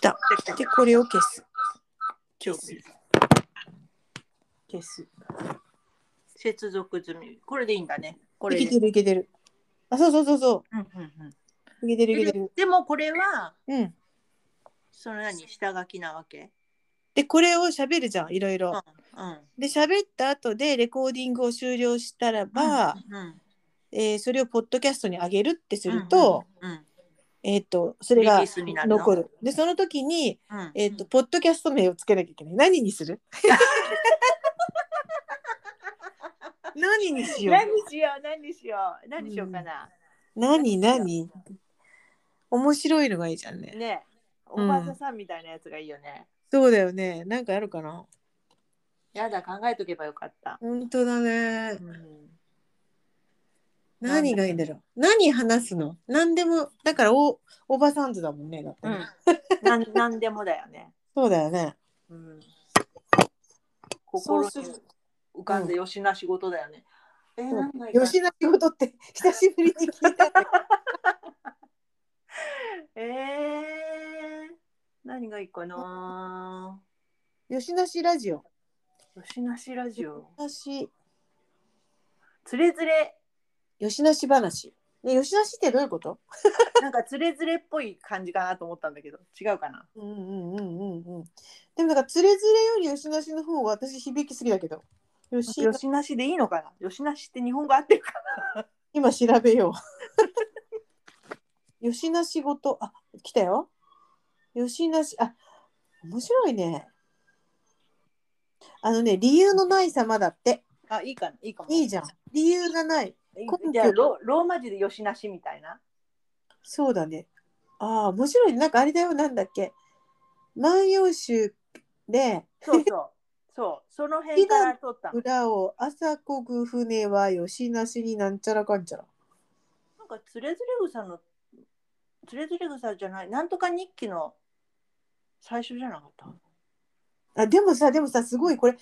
た。で、これを消す。消す消す。接続済み。これでいいんだね。こいれでけてるいけてる。あ、そうそうそうそうんうんう。いけてるいけてうんる。でもこれは、うん。その何、下書きなわけ。で、これを喋るじゃん、いろいうろ。うん。で、喋った後でレコーディングを終了したらば、うん、えーそれをポッドキャストに上げるってすると、うん、うんえっ、と、それがリリースになるの残る。で、その時に、うん、えっ、と、ポッドキャスト名をつけなきゃいけない。何にす る何にしよう何しよう、何しよう、何しようかな。何何面白いのがいいじゃんね。ねおうんばあさんみたいなやつがいいよね。そうだよね。なんかあるかなやだ、考えとけばよかった。本当だねう。ん、何がいいんだろう。何話すの何でも、だからお、おばさんずだもんね。だってねなん、なんでもだよね。そうだよね。うん、そ心うにする浮かんでよしな仕事だよね。えー、うん何がいいかな吉田仕事って久しぶりに聞いた。 えー、何がいいかな吉田氏ラジオ。吉なしラジオ。吉つれづれ、田氏話。ね、吉田氏ってどういうことなんかつれづれっぽい感じかなと思ったんだけど、違うかな。うんうんうんうんうん。でもなんか、つれづれより吉田氏の方が私響きすぎだけど。吉吉なしでいいのかな吉なしって日本語合ってるか今調べよう。 吉田仕事。あ、来たよ。吉田氏、あ、面白いね。あのね、理由のない様だって。なあ、いいかな、いいかも。いいじゃん。理由がない。いじゃあロ、ローマ字で吉なしみたいな。そうだね。ああ、面白いね。なんかあれだよ、なんだっけ。万葉集で、そう そう。そう、その辺から取ったの。裏を、朝こぐ船は吉なしになんちゃらかんちゃら。なんかつれづれ草の、つれづれ草じゃない、なんとか日記の最初じゃなかったあ、でもさ、でもさ、すごい、これ、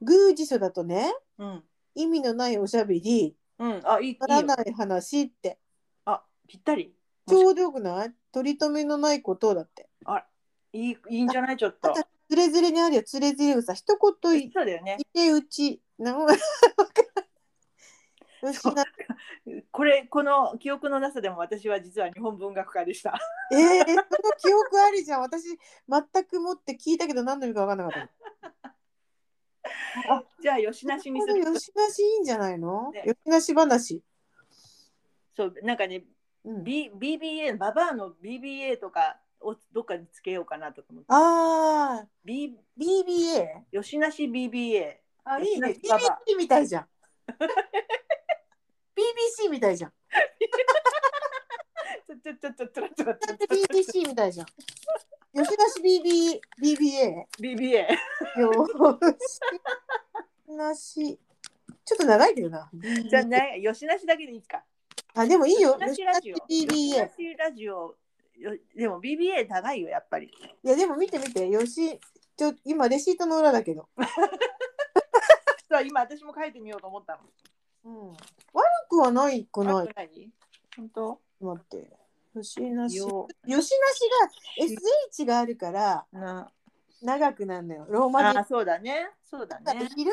宮司書だとね、うん。意味のないおしゃべり、うん、あ、いい、いいならよ。ない話って、あ、ぴったり。ちょうどよくない取り留めのないことだって。いい、いいんじゃない、ちょっあと。とつれづれにあるよ、つれづれさ、一言言っそうだよね。てうち、 なんか、吉なこれ、この記憶のなさでも、私は実は日本文学家でした。えー、その記憶ありじゃん。私、全くもって聞いたけど何の意味か分かんなかった。じゃあ、吉なしにこすれ、る。吉なしいいんじゃないの、ね吉なし話。そう、なんかね、うん、 B. B. B. A. ババアの B. B. A. とか、をどっかにつけようかなとか思って。ああ、 B. BBA? 吉なし B. B. A.。あ、いいね。吉なしババ BBC みたいじゃん。BBC みたいじゃん。ちょ、ちょ、ちょ、ちょ、ちょ、ちょ、ちだょって BBC みたいじゃん。吉なし BB、BBA? B. B. A.。よーし。吉なし。ちょっと長いけどな。じゃ、ない、吉なしだけでいいか。あ、でもいいよ。吉吉ななししラジオ。吉 BBA な。しラジオ。よでも BBA 高いよやっぱりいやでも見て見て、よし、ちょ今レシートの裏だけど。そう今私も書いてみようと思ったのうん、悪くはないくない悪。くない本当待って。よしなし。よよしなしが SH があるからな長くなるのよ。ローマ字。あだそうだねそうだからねひら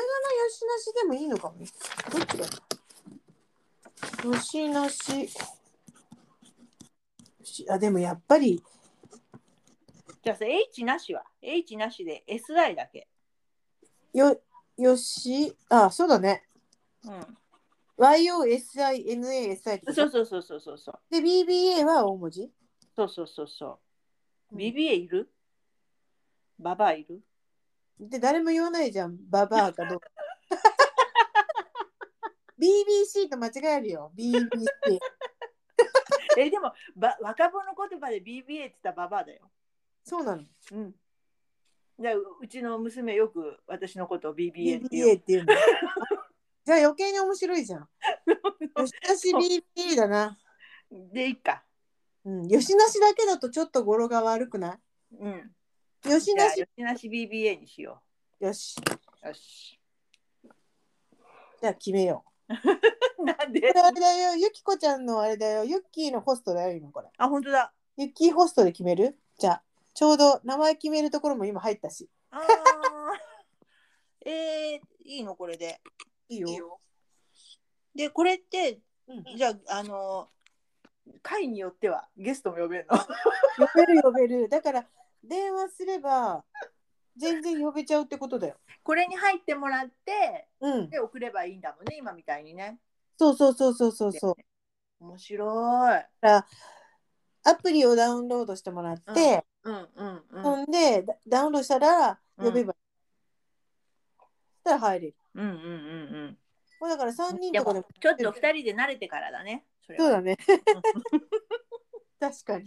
がなよしなしでもいいのかもね。どっちだろうよしなし。よしあ、でもやっぱり、じゃあさ H なしは H なしで SI だけよ、よし、あ、そうだね。う YOSINASI ってこんそうとそうそうそうそうそうで、BBA は大文字そうそうそうそううん BBA いるババアいるで誰も言わないじゃんババアかどう か BBC と間違えるよ BBC えでもば若者言葉で BBA って言ったらババアだよそうなのうんでううちの娘よく私のことを BBA って言 BBA っていうのじゃあ余計に面白いじ ゃん吉田氏 BBA だな、うでいいかうん、吉田氏だけだとちょっと語呂が悪くなうんい吉じゃあ田氏吉なし BBA にしよよしう よしじゃあ決めようなんこでれあれだよゆきこちゃんのあれだよユッキーのホストだよ今これあ本当だユッキーホストで決めるじゃあちょうど名前決めるところも今入ったし。あー えー、いいのこれで。いいよ。でこれってうん、じゃああの会によってはゲストも呼べるの 呼べる呼べる。だから電話すれば全然呼べちゃうってことだよ。これに入ってもらってうん。で送ればいいんだもんね今みたいにね。そうそうそうそうそうそう。面白い。アプリをダウンロードしてもらって、うんうんうん。ほんでダダウンロードしたら呼べばいい。そしたら入れる。うんうんうんもうだから3うん。人でとかでももちょっと二人で慣れてからだね。それはそうだね。確かに。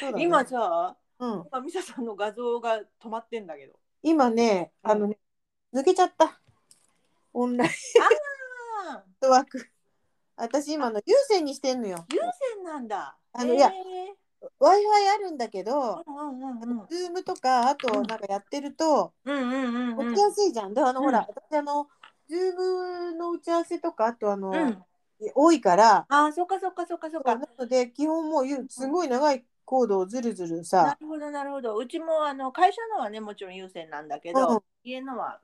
そうだね今、さ、うん、今ミサさんの画像が止まってんだけど。今ね、うんあのね、抜けちゃった。オンライああ、ンワーク。私今の有線にしてんのよ。優先なんだ。あのいやへえ Wi-Fi あるんだけど、うんうんあうんうんの。Zoom とかあとうんなんかやってるとうんうんうんう起んきやすいじゃん。であのうんほら、私あの Zoom の打ち合わせとかあとあの、うん。多いから、ああ、そっかそっかそっかそっなか。ので基本もうゆすごい長いコードをずるずるなさ、るほどなるほど。うちもあの会社のはねもちろん優先なんだうけんど、家のは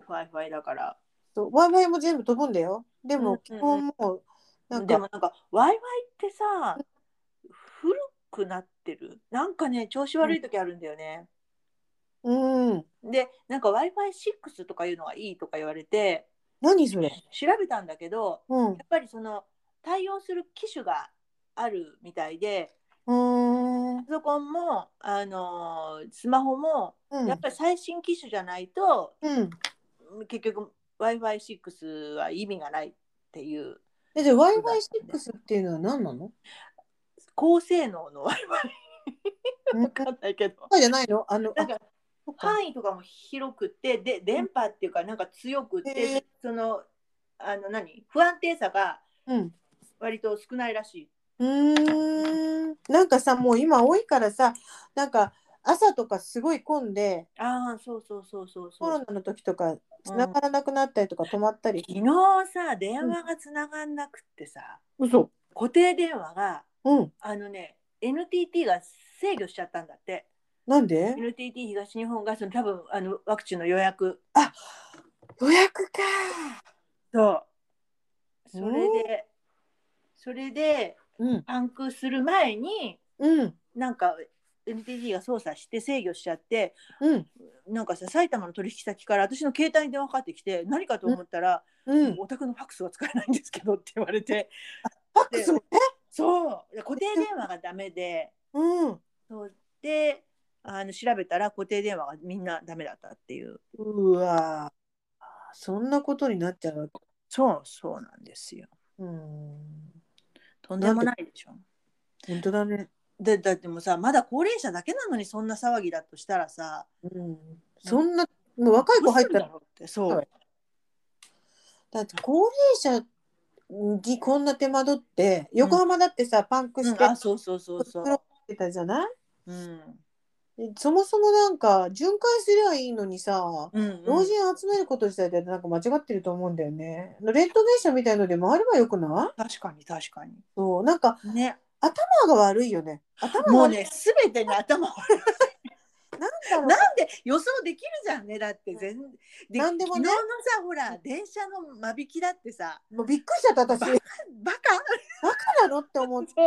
ふわふわだから。そう Wi-Fi も全部飛ぶんだよ。でうんうんうもん基本もうなんでかもなんか Wi-Fi ってさ、古くなってる。なんかね調子悪い時あるんだよね。うんでなんか Wi-Fi6 とかいうのがいいとか言われて何それ。調べたんだけどうんやっぱりその対応する機種があるみたいでうーんパソコンも、あのースマホもうんやっぱり最新機種じゃないと、うん。結局 Wi-Fi6 は意味がないっていうえじゃあ Wi-Fi6 っていうのは何なの？高性能の Wi-Fi うんわかんない けどじゃないの？あのなんかそっか範囲とかも広くてで電波っていうかなんか強くへてえそのあの何不安定さがうん。割と少ないらしい。うーんなんかさもう今多いからさなんか朝とかすごい混んでああそうそうそうそうコそロう。ナの時とか繋がらなくなったりとか止まったり、昨日さ電話がつながんなくってさ、嘘固定電話がうんあのね NTT が制御しちゃったんだってなんで NTT 東日本がその多分あのワクチンの予約予約かそうそれでそれでうんパンクする前にうんなんか NTT が操作して制御しちゃってうんなんかさ埼玉の取引先から私の携帯に電話かかってきて何かと思ったら「うんお宅のファックスは使えないんですけど」って言われ てファックスもねそう固定電話がダメでうんそうであの調べたら固定電話がみんなダメだったっていううわそんなことになっちゃうそうそうなんですようんとんでもないでしょ本当だねでだってもうさまだ高齢者だけなのにそんな騒ぎだとしたらさうんそんなもう若い子入ったどらうするんだろうってそう、はいだって高齢者にこんな手間取って横浜だってさ、パンクうしんてあそうそうそうそそれをう、言ってたじゃないうんでそもそもなんか巡回すりゃいいのにさ、うんう老ん、人集めること自体でなんか間違ってると思うんだよね。レッド電車みたいので回ればよくない確かに確かにそうなんかね頭が悪いよね。頭がもう悪い。ね全てに頭悪いなんだろなんで予想できるじゃんねだって全でなんでもね昨日のさほら電車の間引きだってさうもうびっくりしちゃった私。ババカカバカなのって思って。そう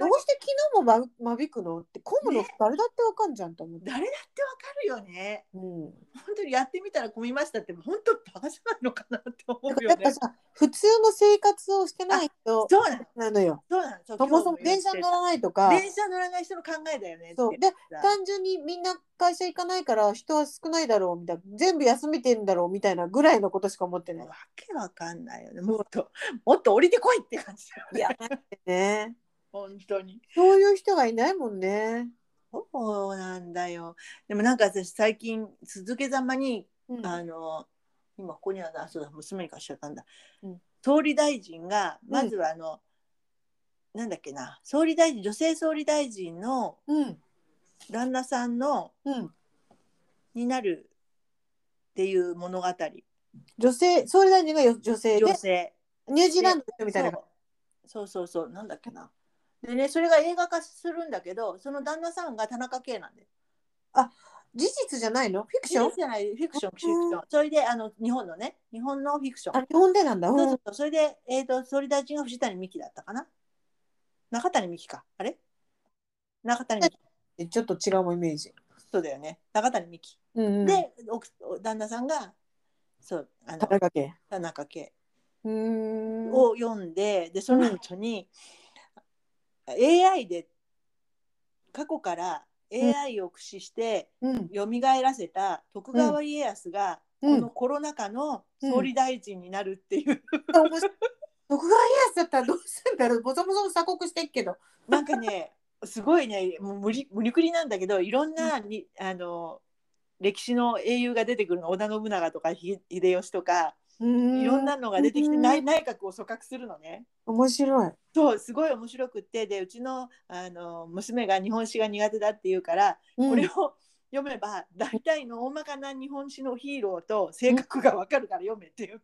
ほんどうして昨日も間間引くのって混むのね誰だってわかんじゃんと思って。誰だってわかるよねうん、本当にやってみたら混みましたって本当バカじゃないのかなって思だかうらやよっぱねさ普通の生活をしてない人そうなのなのよ。そうなのそうそもそも電車に乗らないとか。電車乗らない人の考えだよねってそうでさ単純にみんな会社行かないから人は少ないだろうみたいな全部休めてんだろうみたいなぐらいのことしか思ってないわ。けわかんないよねもっともっと降りてこいって感じだよねいやだってね本当にそういう人がいないもんね。そうなんだよでもなんか私最近続けざまに、うんあの今ここにあるなそうだ娘に貸しちゃったんだ、うん総理大臣がまずはあの、なんだっけな総理大臣女性総理大臣のうん旦那さんのうん、になるっていう物語女性総理大臣がよ女性で女性ニュージーランドの人みたいなそうそうそうそうなんだっけなでねそれが映画化するんだけどその旦那さんが田中圭なんで事実じゃないのフィクションじゃないフィクションフィクションそれであの日本のね日本のフィクションあ日本でなんだ。そううんそうそうそれで、えー、と総理大臣が藤谷美樹だったかな中谷美紀かあれ中谷美紀ちょっと違うもんイメージ。そうだよね中谷美紀、うんうん、で奥旦那さんがそうあ田の中圭。田中圭うーん。を読んででその後に AI で過去から AI を駆使してうん。蘇らせた徳川家康がうんこのコロナ禍の総理大臣になるっていう、 面白い徳川家康だったらどうするんだろう。ボソボソ鎖国してっけど。なんかねすごいねもう無理無理くりなんだけどいろんなに、あの歴史の英雄が出てくるの織田信長とかひ秀吉とかうーんいろんなのが出てきて内うん内閣を組閣するのね。面白い。そうすごい面白くってでうちのあの娘が日本史が苦手だっていうから、これを読めば大体の大まかな日本史のヒーローと性格がわかるから読めっていう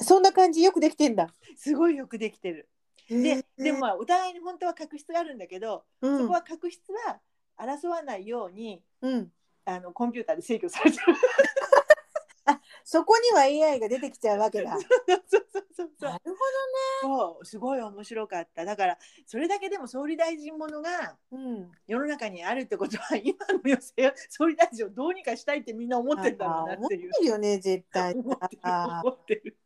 そんな感じよくできてんだ。すごいよくできてる。ででもも、まあお互いに本当は確執があるんだけど、うん、そこは確執は争わないようにうん、あのコンピューターで制御されてる。そこには AI が出てきちゃうわけ だ。そうそうそうそうなるそうすごい面白かっただからそれだけでも総理大臣ものがほど。うん。世の中にあるってことは今の世勢総理大臣をどうにかしたいってみんな思ってんだろうなっていう思ってるよね絶対。思ってるあ 思ってる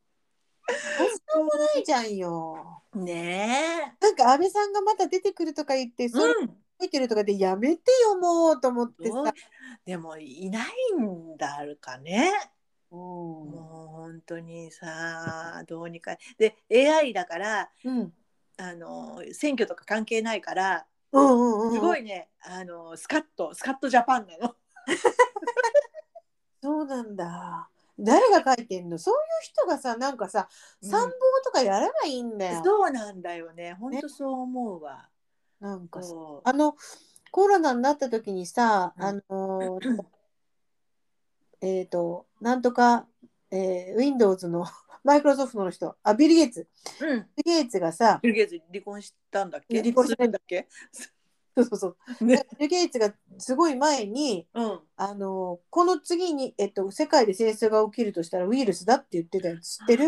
ないじゃんよ。ねなんか安倍さんがまた出てくるとか言って、え、それうん、書いてるとかでやめてよもうと思ってどうさ。でもいないんだるかねうもう本当にさどうにかで AI だからん。あの選挙とか関係ないからうんうんうん。すごいね、あのスカッとスカッとジャパンなの。そうなんだ。誰が書いてんのそういう人がさなんかさ参謀とかやればいいんだよ。そうなんだよね。本当そう思うわ。なんかさそうあのコロナになった時にさ、うんあのーえっとなんとか、えー、Windows の マイクロソフトの人あビル・ゲイツうん。ビル・ゲイツがさ ビル・ゲイツ離婚したんだっけ？離婚してするんだっけ？そうそうそう ね。ビル・ゲイツがすごい前にうん。あのーこの次に、えっと、世界で戦争が起きるとしたらウイルスだって言ってたやつ知ってる、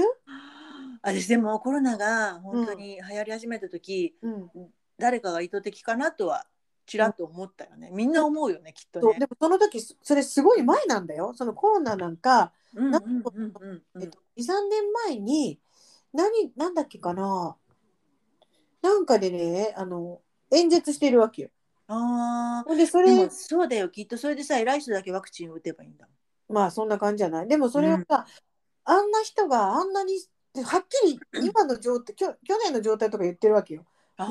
私でもコロナが本当に流行り始めた時、うん誰かが意図的かなとはちらっと思ったよね。みんな思うよねきっとそうねで。もその時そそれすごい前なんだよそのコロナなんか、うんうんなんうんうんうえっんと、23年前に何なんだっけかななんかでねあの演説してるわけよ。ああ。ほんでそでれもそうだよきっとそれでさ偉い人だけワクチンを打てばいいんだもん。まあそんな感じじゃないでもそれをさ、あんな人があんなにはっ きり今の状態きょ去年の状態とか言ってるわけよ。ああ。否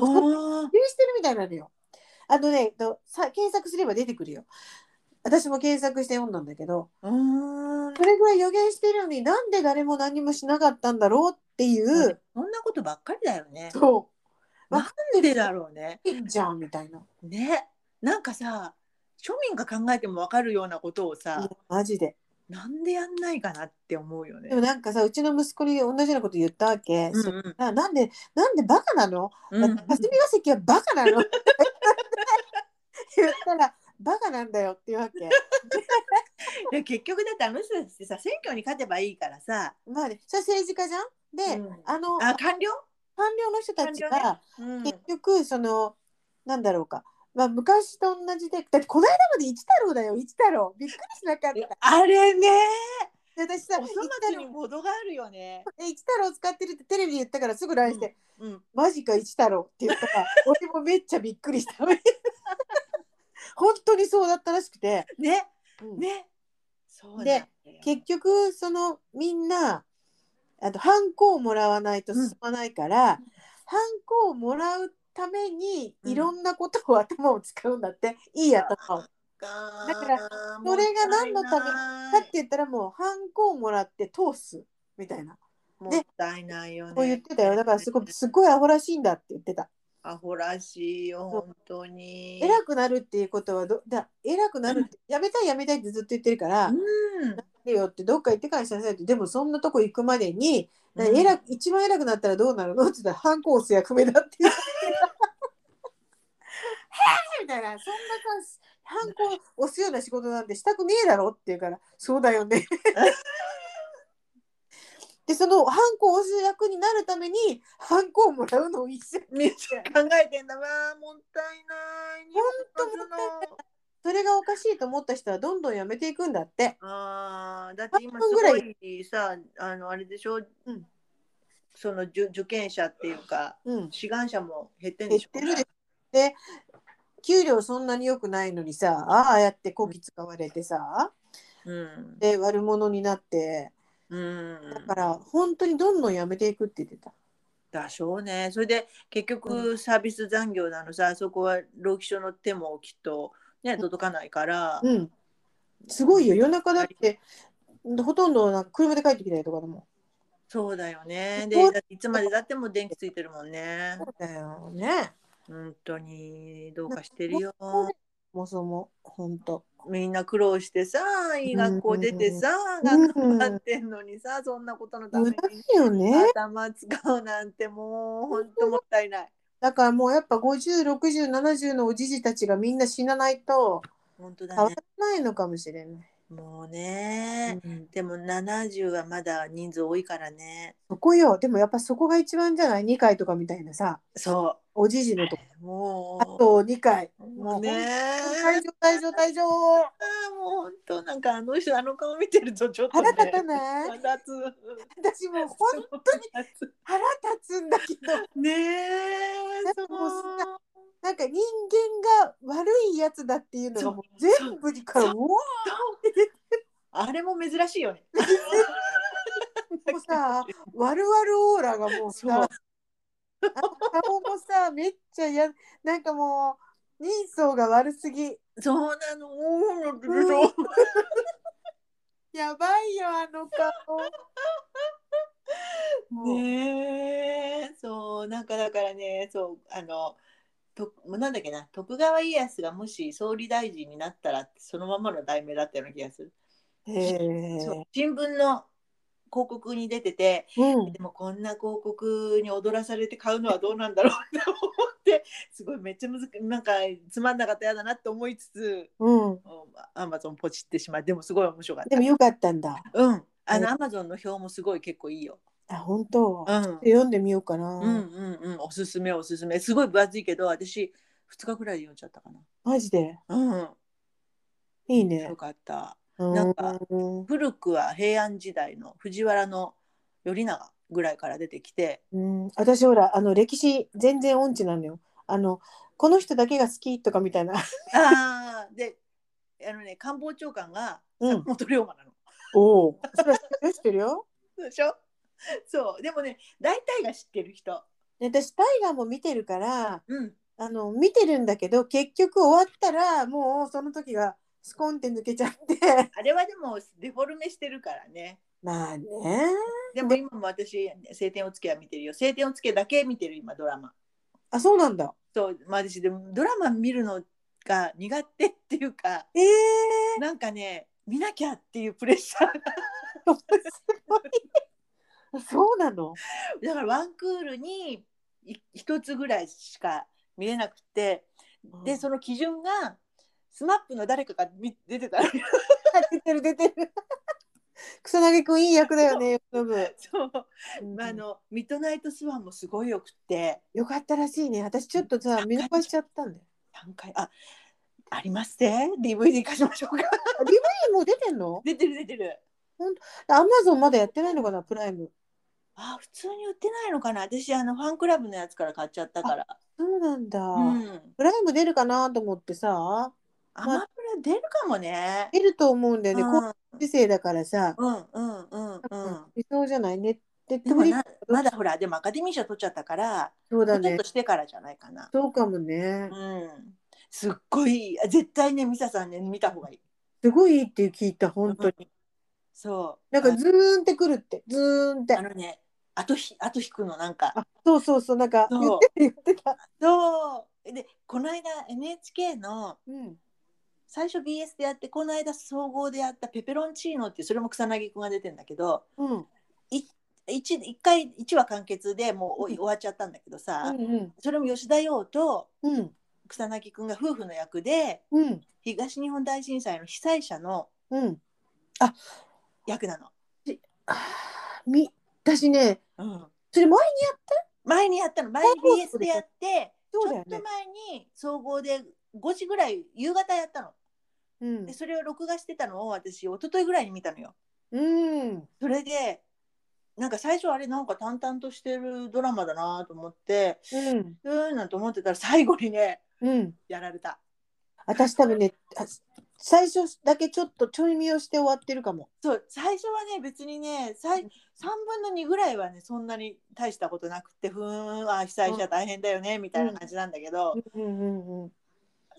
定してるみたいなのよ。あのねえっとさ検索すれば出てくるよ。私も検索して読んだんだけどうーん。それぐらい予言してるのになんで誰も何もしなかったんだろうっていう。そんなことばっかりだよね。そう。なんでだろうね。いいじゃんみたいな。ねなんかさ庶民が考えても分かるようなことをいやさマジで。なんでやんないかなって思うよねでも。なんかさうちの息子に同じようなこと言ったわけ。うんうそうんあなんでなんでバカなの、うんうん霞が関はバカなの言ったらバカなんだよっていうわけ。いや結局だってあの人たちってさ選挙に勝てばいいからさまあねそれ政治家じゃん。で、うんあのあ官僚、官僚の人たち官僚がうん結局その、なんだろうか。まあ、昔と同じでだってこの間まで一太郎だよ一太郎びっくりしなかったであれね私さお一粗太末に郎も程があるよね。え一太郎使ってるってテレビで言ったからすぐ LINE して、うん、マジか一太郎って言った ら俺もめっちゃびっくりした 本当にそうだったらしくて、ねうんねそうなんだよで結局そのみんなあとハンコをもらわないと進まないから、ハンコをもらうためにうんいろんなことを頭を使うんだって、いい頭を。だからそれが何のためだだって言ったらもうハンコをもらって通すみたいなもったいないよね。そう言ってたよだからすごいすごいアホらしいんだって言ってた。アホらしいよそう本当に。偉くなるっていうことはどだ偉くなるってやめたいやめたいってずっと言ってるから、うんってよってどっか行ってからしなさいってでもそんなとこ行くまでに、うなん偉く一番偉くなったらどうなるのって言ったら反抗す役目だってみたいなそんな感じハンコ押すような仕事なんてしたくねえだろって言うからそうだよねでそのハンコを押す役になるためにハンコをもらうのを一緒にめっちゃ考えてんだわーもったいないほんともったいないそれがおかしいと思った人はどんどんやめていくんだってあーだって今半分すぐらごいいさあのあれでしょ、んその受受験者っていうかうん志願者も減ってん減でっしょてるでで給料そんなに良くないのにさああやってこき使われてさうんで悪者になってうんだから本当にどんどんやめていくって言ってた。だしょうねそれで結局サービス残業なのさ、そこは労基署の手もきっとね届かないから、うん、すごいよ夜中だってほとんどなんか車で帰ってきたりとかだもん。そうだよねでそうだっていつまでだっても電気ついてるもんねそうだよね。本当にどうかしてるよそうだよそもそも本当。みんな苦労してさいい学校出てさ、うん頑張ってんのにさそんなことのため無に駄だよね。頭使うなんてもう本当もったいないだからもうやっぱ506070のおじじたちがみんな死なないと本当変わだねらないのかもしれない。もうね、うんでも70はまだ人数多いからねそこよでもやっぱそこが一番じゃない2回とかみたいなさそおじじのとこうもあうと2回ももううね退場退場退場あーもう本当なんかあの人あの顔見てるとちょっと、ね、腹立たない腹立私もうつ本当に腹立腹立つんだけどつねえだってもうさなんか人間が悪いやつだっていうのがもうそう全部にからうわあれも珍しいよね。ーもうさ悪々オーラがもうそうさ顔もさめっちゃやなんかもう人相が悪すぎそうなの。うんやばいよあの 顔もう、ねえ、そうなんかだからね、そうあのとなんだっけな、徳川家康がもし総理大臣になったらってそのままの題名だったような気がする。へそうー新聞の広告に出てて、うんでもこんな広告に踊らされて買うのはどうなんだろうって思って、すごいめっちゃ難しい、なんかつまんなかったら嫌だなって思いつつ、うんアマゾンポチってしまい、でもすごい面白かったで。もよかったんだうん。あうの、んアマゾンの表もすごい結構いいよ。あ本当、うん。読んでみようかな、うんうんうん。おすすめおすすめ。すごい分厚いけど、私、2日くらいで読んじゃったかな。マジでうん。いいねよかった。うんんか古くは平安時代の藤原の頼長ぐらいから出てきて、うん、私ほらあの歴史全然音痴なのよあのこの人だけが好きとかみたいなああ、で、あのね、官房長官がうん 坂本龍馬なの。おおそれは知ってるよそうでしょそう。でもね、大体が知ってる人。で私タイガーも見てるからうん。あの見てるんだけど結局終わったらもうその時がスコンって抜けちゃってあれはでもデフォルメしてるからね。 まあねでも今も私「青天を衝け」は見てるよ「青天を衝け」だけ見てる今ドラマあそうなんだそう、まあ、私でもドラマ見るのが苦手っていうかええなんかね見なきゃっていうプレッシャーがー、 す ごいそうなのだからワンクールにい一つぐらいしか見れなくてうでんその基準がスマップの誰かが見出てたら出てる出てる 草薙くんいい役だよね由伸 そう、うんまあ、あのミッドナイトスワンもすごいよくってよかったらしいね私ちょっとさ見逃しちゃったんだよ何回あありますね DVD 化しましょうか えもう出てんの出てる出てるアマゾンまだやってないのかなプライム。あ普通に売ってないのかな私あのファンクラブのやつから買っちゃったからそうなんだ。うんプライム出るかなと思ってさアマプラ出るかもね出ると思うんだうよんね。こういう時世だからさ、うんうんうんうん理想じゃないね。ネッでトもフリッなまだほらでもアカデミー賞取っちゃったからそうだちょっねと。してからじゃないかなそうかもね。うんすっごいあ絶対ねミサさんね見た方がいいすごいいいって聞いた本当に。にそうなんかズーンってくるってズーンってあ。のねあとひあと引くのなんかあそうそうそうなんかそ言うってた言ってた。そうでこの間 NHK のうん。最初 BS でやってこの間総合でやった「ペペロンチーノ」っていうそれも草薙くんが出てんだけどうん。一一回一話完結でもうおい終わっちゃったんだけどさ、うんそれも吉田羊とうん。うん。草薙くんが夫婦の役でうん東日本大震災の被災者のうん役なの。あーみ私ねうん、それ前に前にやったの前再放送 BS でやってそうだよねちょっと前に総合で5時ぐらい夕方やったの。うんでそれを録画してたのを私一昨日ぐらいに見たのよ。うんそれでなんか最初あれなんか淡々としてるドラマだなと思ってうんうーんなんて思ってたら最後にねうんやられた。私多分ねあ最初だけちょっとちょい見をして終わってるかもそう最初はね別にねさい3分の2ぐらいはねそんなに大したことなくてふーんあ被災者大変だよねみたいな感じなんだけど、うんうんうん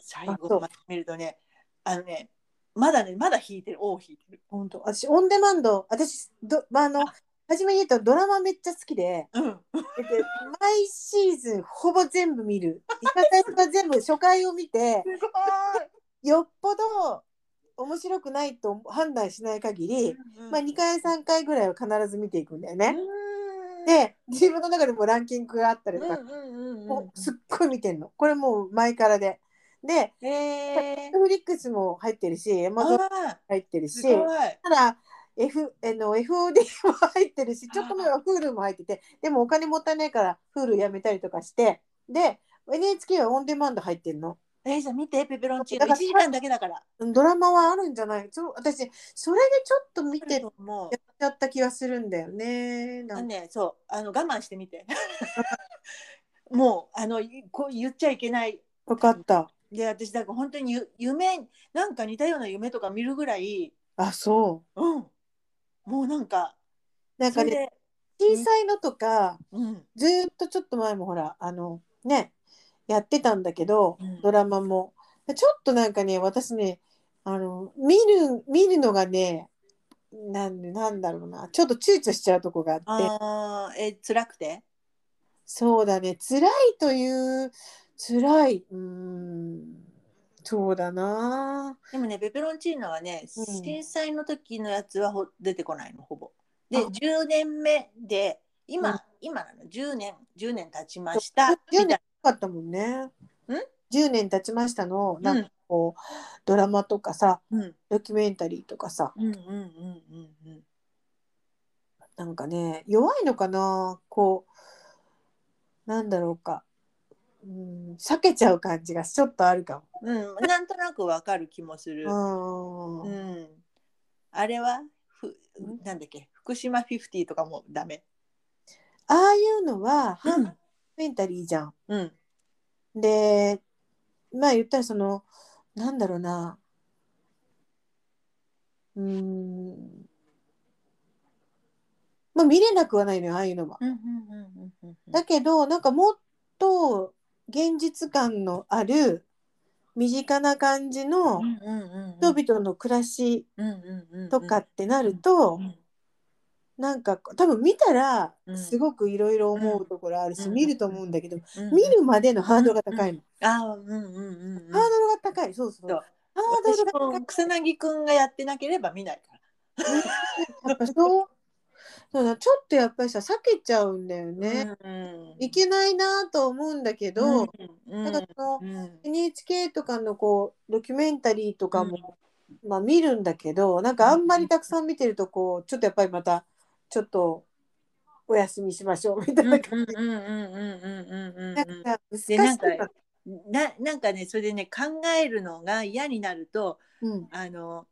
最あそ後うまで見るとねあのねまだねまだ弾いてる尾を弾いてる。本当私オンデマンド私ど、まあ、あの初めに言ったドラマめっちゃ好きでうん、で毎シーズンほぼ全部見る一番最初は全部初回を見てすごいよっぽど面白くないと判断しない限り、まあ、2回3回ぐらいは必ず見ていくんだよね。で、で自分の中でもランキングがあったりうとんか、うんうんもううすっごい見てんのこれもう前からで。でん、へえ Netflix も入ってるし Amazon もあ入ってるーすしごいただ F あの FOD も入ってるしちょっと前は Hulu も入っててでもお金もったいないから Hulu やめたりとかしてで NHK はオンデマンド入ってんの。えー、じゃあ見てペペロンチーだノから1時間だけだからドラマはあるんじゃないそう私それでちょっと見てやっもうちゃった気がするんだよね。なあのんかね、そう、あの我慢してみて。 もう、あの、いこう言っちゃいけない。分かった。で、私、だから、本当にゆ夢、なんか似たような夢とか見るぐらい。あそう。うん。もう、なんか、なんそかれねで、小さいのとかうん。ずーっとちょっと前もほらあのねやってたんだけどうんドラマもでちょっとなんかね私ねあの見る見るのがねなんなんだろうなちょっと躊躇しちゃうとこがあってああ、え、辛くて。そうだね辛いという辛いうーんそうだなでもね、ペペロンチーノはね、うん震災の時のやつはほ出てこないの、ほぼ。で、あ10年目で、今、うん今なの、10年、10年経ちました。みた10い年ななかったもんね。10年経ちましたのうなんんかこう、ドラマとかさうん、ドキュメンタリーとかさうん、うん、うん、うん、うん。なんかね弱いのかなこうなんだろうか、うん、避けちゃう感じがちょっとあるかうん、なんとなくわかる気もする。も。ううんん、あれはふうんなんだっけ福島50とかもダメ。ああいうのはうハンドんキュメンタリーじゃん。うんでまあ言ったらそのなんだろうなうんまあ見れなくはないのよああいうのは。うんうんうんうんだけどなんかもっと現実感のある身近な感じのうんうん人々の暮らし々とかってなると、なんか多分見たらうんすごくいろいろ思うところあるし、うん見ると思うんだけど、見るまでのハードルが高いの、あーうんうんうんうんハードルが高いそうそうそハうード私ルが高いも草薙くんがやってなければ見ないから。やっぱそうそうだちょっとやっぱりさ避けちゃうんだよね、うんいけないなと思うんだけど、うんなんかそのうん NHK とかのこうドキュメンタリーとかも、まあ、見るんだけどなんかあんまりたくさん見てるとこうちょっとやっぱりまたちょっとお休みしましょうみたういんうんな感じ、うんうんうんうんうんなんうんか難しいでなんかなななんかねそれでね考えるのが嫌になるとうん、あの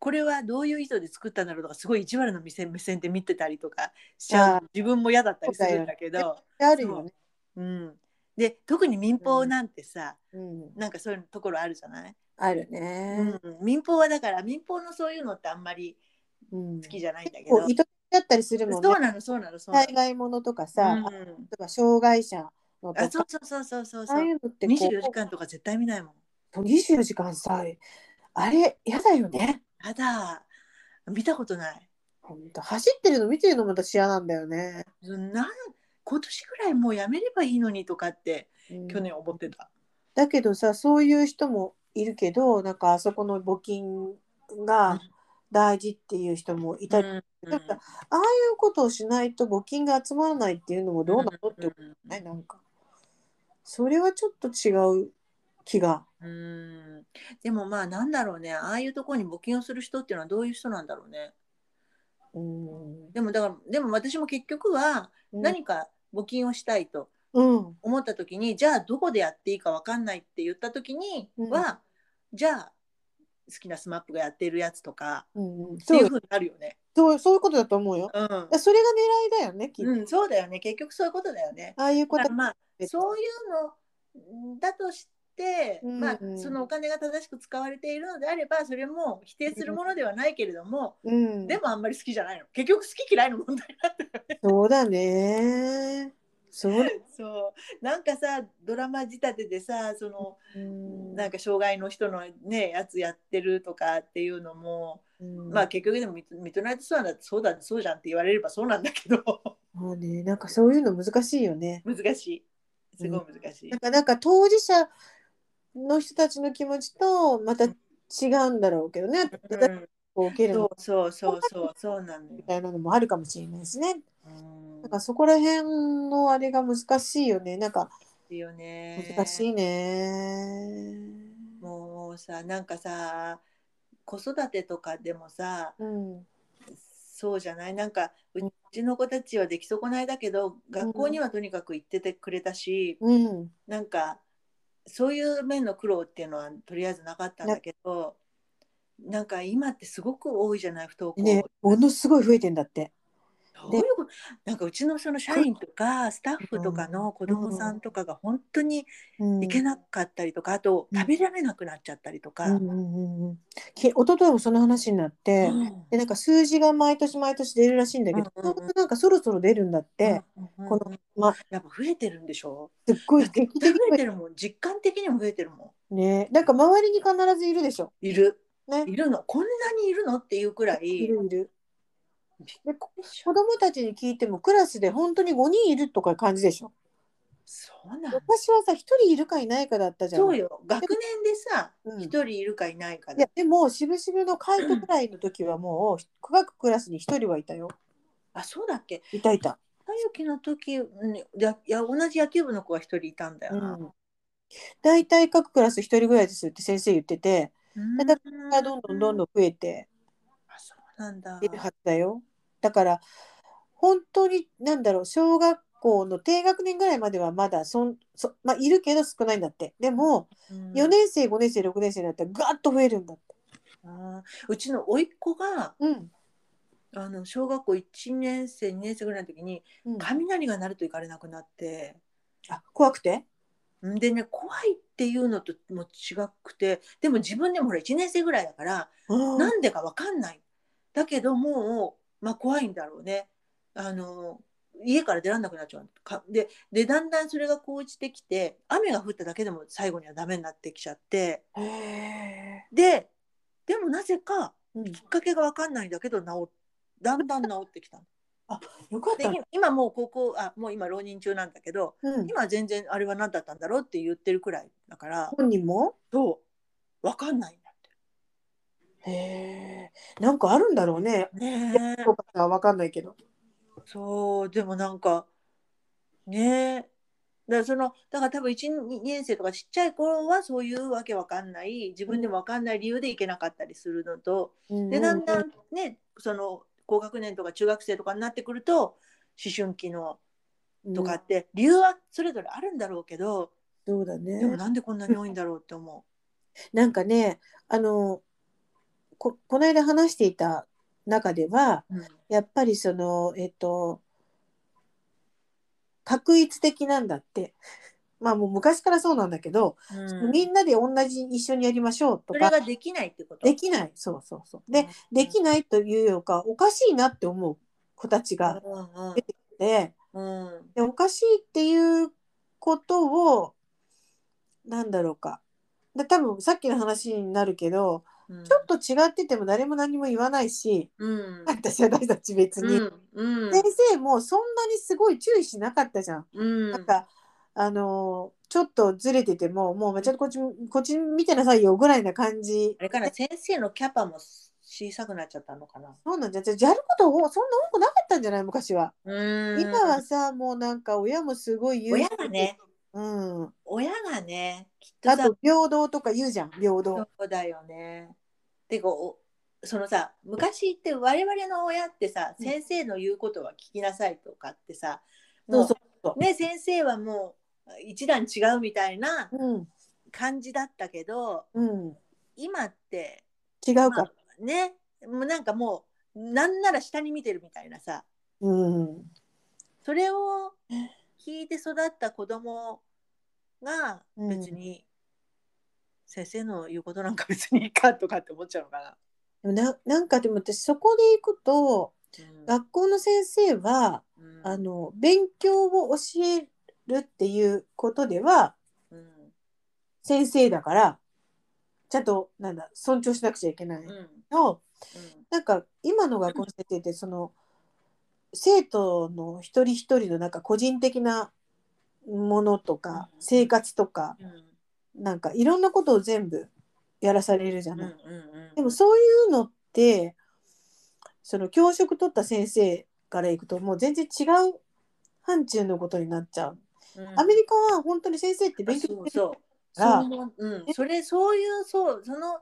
これはどういう意図で作ったんだろうとかすごい意地悪な目線目線で見てたりとかしちゃあう自分も嫌だったりするんだけど、あるよね。うん、で特に民放なんてさ、うん、なんかそういうところあるじゃない、あるね。うん、民放はだから民放のそういうのってあんまりうん、好きじゃないんだけこど、う、意図的だったりするもんねそう。なのそうなのそうな災の。害ものとかさ、あう例ん、えば障害者のあとそうか、そうそうそうそうああそいううのってこ24時間とか絶対見ないもん。う、24時間さ、あれ、やだよね。やだ見たことない。ほんと走ってるの見てるのも私嫌なんだよね。なん今年ぐらいもうやめればいいのにとかってうん去年思ってた。だけどさ、そういう人もいるけど、なんかあそこの募金うんが大事っていう人もいたり、だからああいうことをしないと募金が集まらないっていうのもどうなのって思うね、なんか。それはちょっと違う気が。うんでもまあなんだろうねああいうところに募金をする人っていうのはどういう人なんだろうねうんでもだからでも私も結局はうん何か募金をしたいとうん思った時に、じゃあどこでやっていいかわかんないって言った時には、じゃあ好きなスマップがやってるやつとかうん、ってそいううふうになるよね。そうそういうことだと思うよ。うんいやそれが狙いだよねきっと、うん、そうだよね結局そういうことだよね。ああいうこだかとらまあそういうのだとして、うんまあ、そのお金が正しく使われているのであればそれも否定するものではないけれども、うん、でもあんまり好きじゃないの結局好き嫌いの問題なんだよね。そうだね。そうだ。 そうなんかさドラマ仕立てでさそのうん なんか障害の人のねやつやってるとかっていうのも、まあ結局でもミッドミッドナイトスワンだってそうだそうじゃんって言われればそうなんだけど まあね、なんかそういうの難しいよね。難しいすごい難しいなん。かなんか当事者の人たちの気持ちとまた違うんだろうけどね。う私んこう受けるそのうそうそうそうそうなのよみ。たいなのもあるかもしれないですね。うんなんかそこら辺のあれが難しいよね。なんかですよね。難しいね。もうさなんかさ子育てとかでもさうん。そうじゃないなんかうちの子たちは出来損ないだけど学校にはとにかく行っててくれたし、うん。なんかそういう面の苦労っていうのはとりあえずなかったんだけど、なんか今ってすごく多いじゃない不登校。ね、ものすごい増えてんだって。どういうことなんかうちのその社員とかスタッフとかの子供さんとかが本当にうん行けなかったりとか、あとうん食べられなくなっちゃったりとか、うんうんうんうん、き一昨日もその話になって、うんでなんか数字が毎年毎年出るらしいんだけど、うんうんうんちょうどなんかそろそろ出るんだって、うんうんうんこのまあやっぱ増えてるんでしょすっごいだって劇増的えてるもん実感的にも増えてるもねなんか周りに必ずいるでしょんいるねいるのこんなにいるのっていうくらいいるいるびっくでこ子供たちに聞いてもクラスで本当に5人いるとか感じでしょそうなの昔はさ1人いるかいないかだったじゃんそうよ学年でさうん一、人いるかいないかいだやでも渋々の介護くらいの時はもう各クラスに1人はいたよあそうだっけいたいた、たゆきの時うんいやいや同じ野球部の子が一人いたんだような、ん、大体各クラス1人ぐらいですって先生言ってて、うんだがどんどんどんどん増えてあそうなんだいるはずだよ。だから本当に何だろう小学校の低学年ぐらいまではまだそんそ、まあ、いるけど少ないんだってでもうん4年生5年生6年生になったらガッと増えるんだって。あーうちの甥っ子がうんあの小学校1年生2年生ぐらいの時にうん、雷が鳴ると行かれなくなってあ怖くてんでね怖いっていうのとも違くてでも自分でもほら1年生ぐらいだからななんでかわかんないだけどもう、まあ、怖いんだろうねあの家から出られなくなっちゃうかででだんだんそれがこう落ちてきて雨が降っただけでも最後にはダメになってきちゃってへででもなぜかーうんきっかけがわかんないんだけど治っだんだん治ってきたのよかっでたね。今今もう高校あもう今浪人中なんだけどうん、今は全然あれは何だったんだろうって言ってるくらいだから本人もそうわかんないんだっへーなんかあるんだろうね。てねえそうかは分かんないけど。そうでもなんかねえだからそのだから多分12年生とかちっちゃい頃はそういうわけわかんない自分でもわかんない理由で行けなかったりするのとでだんだんねその高学年とか中学生とかになってくると思春期のとかうんって理由はそれぞれあるんだろうけど、そうだね。でもなんでこんなに多いんだろうって思なんかねあのここの間話していた中ではう。うんやっぱりそのえっと確一的なんだって まあもう昔からそうなんだけど、うんみんなで同じ一緒にやりましょうとそれかができないってことできないそうそうそうで、できないというよりかおかしいなって思う子たちが出てきてうんうんでおかしいっていうことをなんだろうかで多分さっきの話になるけどうんちょっと違ってても誰も何も言わないし、うん私私たち別に、うん先生もそんなにすごい注意しなかったじゃん。うんなんかあのーちょっとずれててももうめっちゃこっちこっち見てなさいよぐらいな感じあれかな先生のキャパも小さくなっちゃったのかなそうなんじゃじゃじゃることをそんな多くなかったんじゃない昔は、うん今はさもうなんか親もすごい言う親がねうん、親がねきっとあさと平等とか言うじゃん平等。そうだよね。てかおそのさ昔って我々の親ってさうん先生の言うことは聞きなさいとかってさそもううそうそうね先生はもう一段違うみたいなうん感じだったけどうん、今って違うか、まあねもうなんかもうなんなら下に見てるみたいなさうんそれを聞いて育った子供がうん別に、先生の言うことなんか別にいいかとかって思っちゃうのかな。でもななんかでも私そこで行くとうん学校の先生はうんあの勉強を教えるっていうことではうん先生だからちゃんとなんだ尊重しなくちゃいけないうんうんの、なんか今の学校の先生ってその生徒の一人一人のなんか個人的なものとかうん生活とかうんなんかいろんなことを全部やらされるじゃうんない。うんうんでもそういうのってその教職取った先生からいくともう全然違う範疇のことになっちゃう。うんアメリカは本当に先生って勉強そうしてるそうからそのうんそれそういうそうその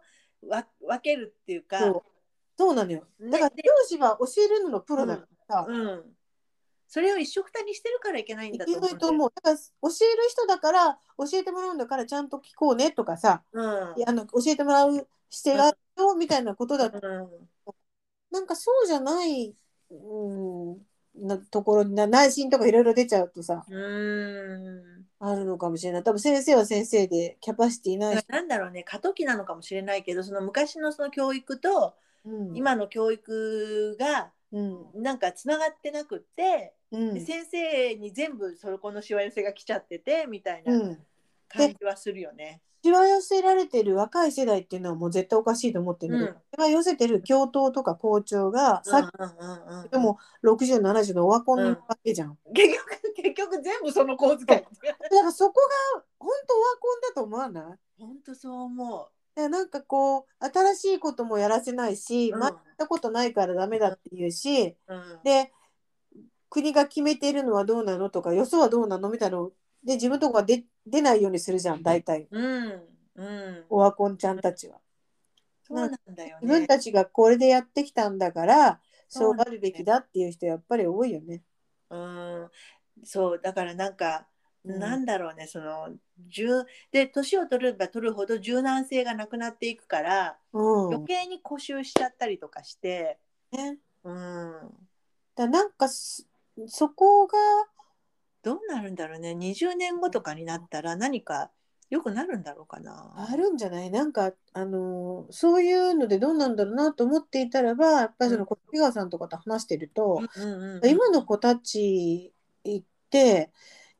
わ分けるっていうかそうそうなのよ。ねだから教で師は教えるののプロだからさ、うんそれを一緒くたにしてるからいけないんいだけないとと思思う。だから教える人だから教えてもらうんだからちゃんと聞こうねとかさ、うんだよいやあの教えてもらう姿勢があるよみたいなことだと、うんなんかそうじゃない、うん、なところにな内心とかいろいろ出ちゃうとさうんあるのかもしれない。多分先生は先生でキャパシティないし、なんだろうね過渡期なのかもしれないけどその昔のその教育とうん、今の教育がうんなんかつながってなくってうんで先生に全部そこのしわ寄せが来ちゃっててみたいなうん、感じはするよね。しわ寄せられてる若い世代っていうのはもう絶対おかしいと思ってるんだけど、うんしわ寄せてる教頭とか校長が、さっうんきでも6070のオワコンなわけじゃん結局結局全部その構図か。だからそこが本当オワコンだと思わないだか本当そう思らなんかこう新しいこともやらせないし、う。まやったことないからダメだっていうしうんで国が決めているのはどうなのとかよそはどうなのみたいなので自分とこが出出ないようにするじゃん大体うんうん。オワコンちゃんたちは。そうなんだよ自分ね。たちがこれでやってきたんだからそそううなあんだよねるべきだっていう人やっぱり多いよね。うん。そうだからなんか。うんなんだろうねその柔で年を取れば取るほど柔軟性がなくなっていくからう余ん、計に固執しちゃったりとかして、ねうん、だからなんかそそこがどうなるんだろうね20年後とかになったら何か良くなるんだろうかな。あるんじゃないなんか、あのーそういうのでどうなんだろうなと思っていたらばやっぱりそのうん小川さんとかと話してると、うんうんうん、今の子たちって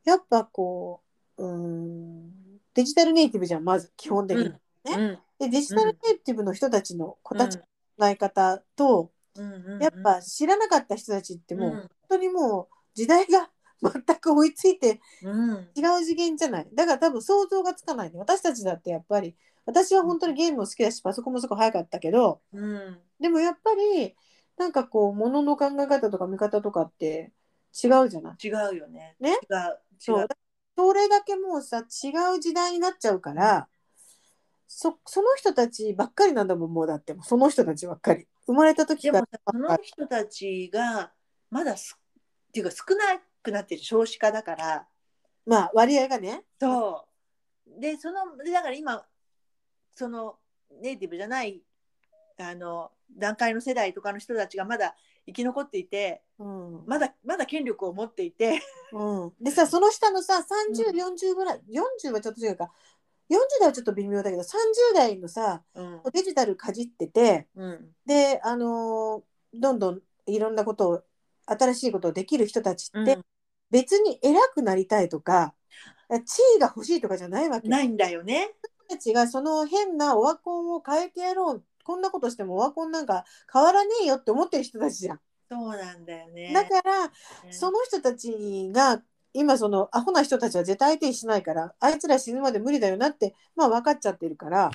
やっぱこううんデジタルネイティブじゃんまず基本的に。うんねうんでデジタルネイティブの人たちの子たちの考え方と、うんうんうんやっぱ知らなかった人たちってもう、うん本当にもう時代が 全く追いついてうん違う次元じゃないだから多分想像がつかないね私たちだってやっぱり私は本当にゲームも好きだしパソコンもすごい早かったけどうんでもやっぱりなんかこうものの考え方とか見方とかって違うじゃない違うよね。ね違う違そうう。それだけもうさ違う時代になっちゃうからそその人たちばっかりなんだもんもうだってもうその人たちばっかり生まれた時でかもらさその人たちがまだすっていうか少なくなってる少子化だからまあ割合がねそうでそのでだから今そのネイティブじゃないあの段階の世代とかの人たちがまだ生き残っていてうんまだまだ権力を持ってい て、うん、でさその下のさう3040ぐらい、40はちょっと違うか40代はちょっと微妙だけど30代のさうんデジタルかじっててうんであのーどんどんいろんなことを新しいことをできる人たちって、別に偉くなりたいとか地位が欲しいとかじゃないわけないんだよね。人たちがその変なオワコンを変えてやろうこんなことしてもオワコンなんか変わらねえよって思ってる人たちじゃん。そうなんだよね。だからねその人たちが今そのアホな人たちは絶対相手にしないからあいつら死ぬまで無理だよなってまあ分かっちゃってるから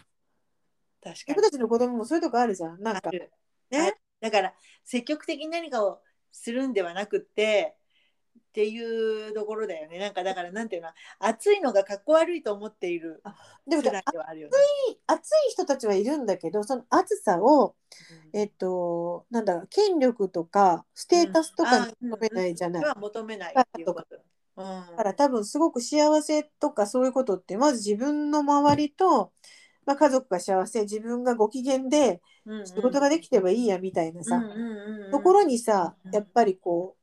確か僕にたちの子供もそういうとこあるじゃんなんかあるねあるだから積極的に何かをするんではなくってっていうところだよねなんかだからなんていうの暑いのがかっこ悪いと思っているでもだ世代ではあるよね。熱い人たちはいるんだけどその暑さをうんえっとなんだろう権力とかステータスとかにうん求めないじゃない、は求めないっていうこと。うん、だから多分すごく幸せとかそういうことってまず自分の周りと、まあ、家族が幸せ自分がご機嫌でうんうん仕事ができてばいいやみたいなさ、うんうんうんところにさうんやっぱりこう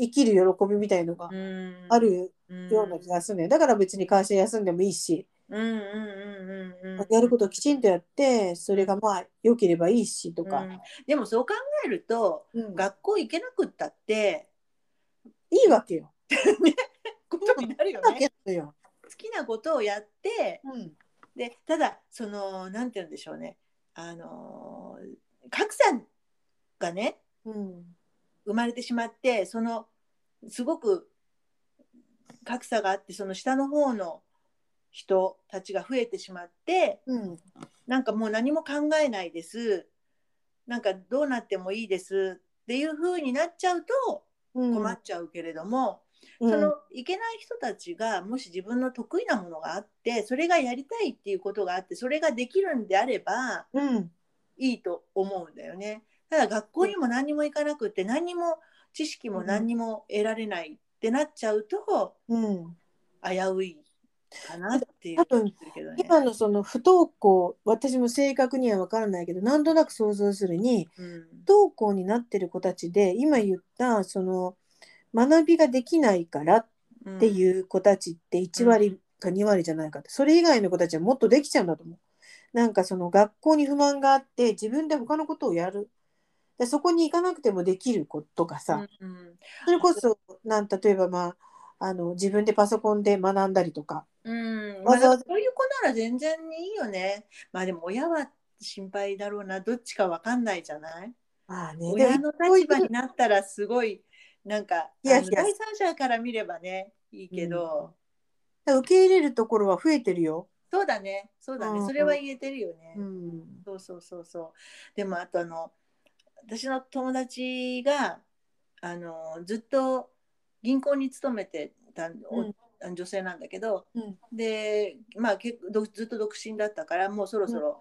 生きる喜びみたいのがうんあるよような気がするね、だから別に会社休んでもいいし、うんうんうんうんうんやることをきちんとやってそれがまあ良ければいいしとうか、んでもそう考えるとうん学校行けなくったっていいわけよ。ことになるよだねけどよ。好きなことをやってうんでただそのなんて言うんでしょうねあのー格差がねうん生まれてしまってそのすごく格差があってその下の方の人たちが増えてしまってうんなんかもう何も考えないですなんかどうなってもいいですっていう風になっちゃうとうん困っちゃうけれども、うんそのいけない人たちがもし自分の得意なものがあってそれがやりたいっていうことがあってそれができるんであればうんいいと思うんだよね。ただ学校にも何にも行かなくって何にも知識も何にも得られないってなっちゃうとうん危ういかなってい多う分するけどね。今のその不登校私も正確には分からないけどなんとなく想像するにうん不登校になってる子たちで今言ったその学びができないからっうんていう子たちって1割か2割じゃないかってそれ以外の子たちはもっとできちゃうんだと思う。なんかその学校に不満があって自分で他のことをやる。でそこに行かなくてもできる子とかさ、うんそれこそなん例えばまああの自分でパソコンで学んだりとか。うん、まわあ、ざわざそういう子なら全然いいよね。まあでも親は心配だろうな、どっちかわかんないじゃない。まあね、で親の立場になったらすごい、なんか、いやあのいや第三者から見ればね、いいけど、受け入れるところは増えてるよ。そうだね、そうだうね、んそれは言えてるよね。うんそうそうそうそう。でもあとあの、私の友達が、あの、ずっと銀行に勤めてた、うんお女性なんだけど、うんで、まあ結構どずっと独身だったから、もうそろそろ、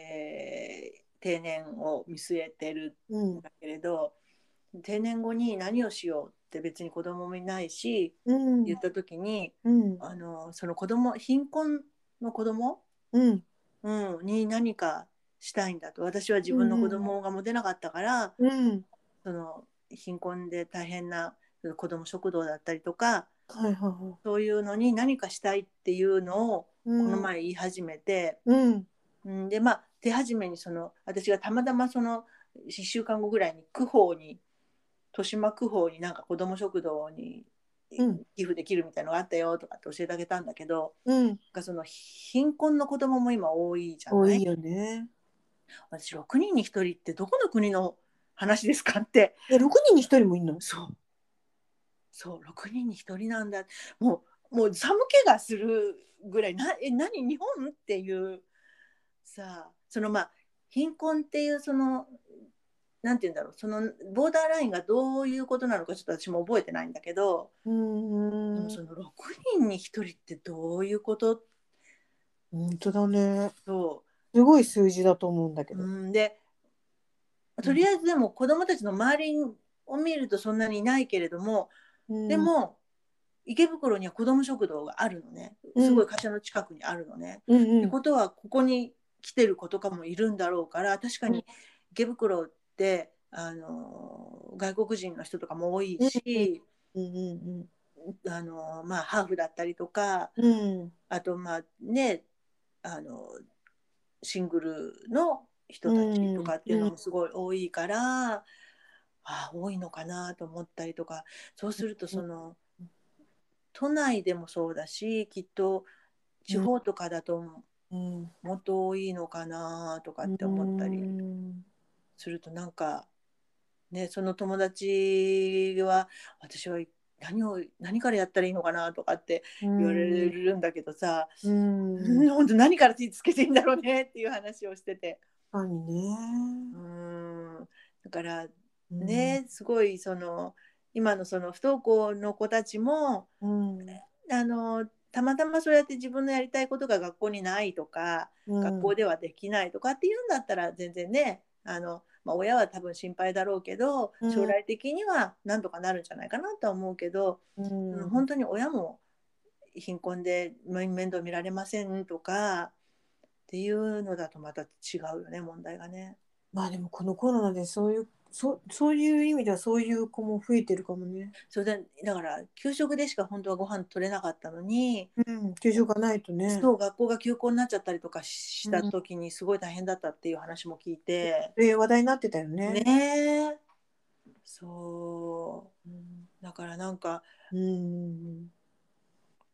えー定年を見据えてるうんんだけれど、定年後に何をしようって別に子供もいないし、うん言った時に、うんあの、その子供、貧困の子供、うんうん、に何かしたいんだと私は自分の子供が持てなかったから、うんその貧困で大変な子供食堂だったりとかはいはいはそういうのに何かしたいっていうのをい。ここの前言い始めて、うんうん、でまあ手始めにその私がたまたまその1週間後ぐらいに区法に豊島区法になんか子供食堂にうん寄付できるみたいのがあったよとかって教えてあげたんだけど、うんなんかその貧困の子供も今多いじゃ多ないいよね。私6人に1人ってどこの国の話ですかってえ六人に一人もいんの？そうそう6人に1人なんだもうもう寒気がするぐらいなえ何日本っていうさあそのまあ貧困っていうそのなんて言うんだろうそのボーダーラインがどういうことなのかちょっと私も覚えてないんだけど、うんでもその6人に1人ってどういうこと本当だね。とすごい数字だと思うんだけど。うん、でとりあえずでも子どもたちの周りを見るとそんなにいないけれども、うんでも池袋には子ども食堂があるのねうんすごい会社の近くにあるのね。うんうってんことはここに来てる子とかもいるんだろうから確かうんに池袋って、あの外国人の人とかも多いし、うんうんあのまあ、ハーフだったりとかうんうんあとまあねあのシングルの人たちとかっていうのもすごい多いから、ああ多いのかなと思ったりとかそうするとその都内でもそうだしきっと地方とかだとうんもっと多いのかなとかって思ったりうんするとなんか、ね、その友達は私は何を何からやったらいいのかなとかって言われるんだけどさ、うんうん本当何から手つけていいんだろうねっていう話をしてて確かにねう。んだからうんね、すごいその今のその不登校の子たちもうんあのたまたまそうやって自分のやりたいことが学校にないとか、学校ではできないとかっていうんだったら全然ねあの、まあ、親は多分心配だろうけどうん将来的にはなんとかなるんじゃないかなとは思うけど、うんうん本当に親も貧困でめ面倒見られませんとかっていうのだとまた違うよね問題がね。まあでもこのコロナでそういうそそういう意味ではそういう子も増えてるかもね。それでだから給食でしか本当はご飯取れなかったのに、うん、給食がないとね。そう学校が休校になっちゃったりとかした時にすごい大変だったっていう話も聞いて、え話題になってたよね。ねえそううんだからなんかうん、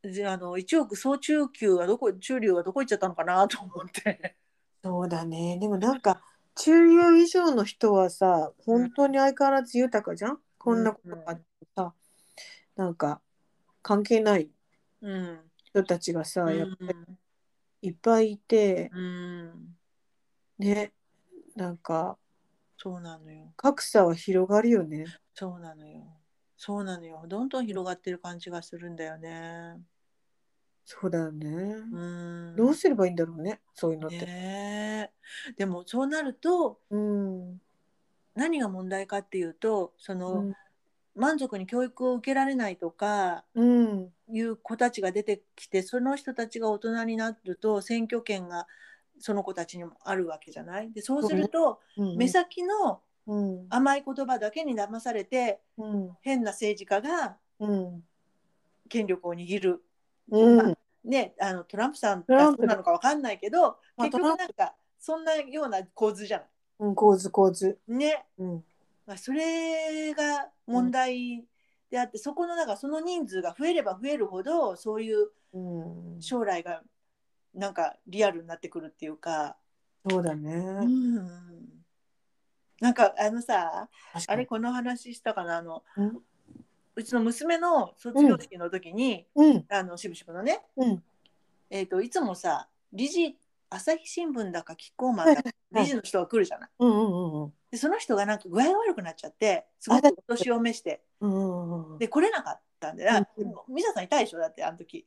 じゃああの1億総中級はどこ中流はどこ行っちゃったのかなと思 って。そうだね。でもなんか中流以上の人はさ、本当に相変わらず豊かじゃん。こんなことがあってさ、なんか関係ないうん、人たちがさ、うやっんぱりいっぱいいて、うん、ね、なんかそうなのよ格差は広がるよね。そうなのよそうなのよどんどん広がってる感じがするんだよね。そうだよね。うん、どうすればいいんだろうね、そういうのって。ねえでもそうなるとうん。何が問題かっていうとその、うん満足に教育を受けられないとかうん。いう子たちが出てきてその人たちが大人になると選挙権がその子たちにもあるわけじゃないでそうするとうん目先のうん。甘い言葉だけに騙されてうん。変な政治家がうん。権力を握る、うん。ね、あのトランプさんトラがンそプうなのかわかんないけどまあ結局なんかそんなような構図じゃうん。構図構図。ない。ねうん。まあ、それが問題であって、そこの中その人数が増えれば増えるほどそういううん。そ将来がなんかリアルになってくるっていうか、うだうね。ん、なんかあのさ確かあにれこの話したかなあのうんうちの娘の卒業式の時に、うん。あのしぶしぶのね、うん。えー、といつもさ理事朝日新聞だかキッコーマンだかはい理事の人が来るじゃない。うん。うん。でその人がなんか具合が悪くなっちゃってすごあだっくお年を召してうん。うん。で来れなかったんで、あうんミサさんいたでしょだってあの時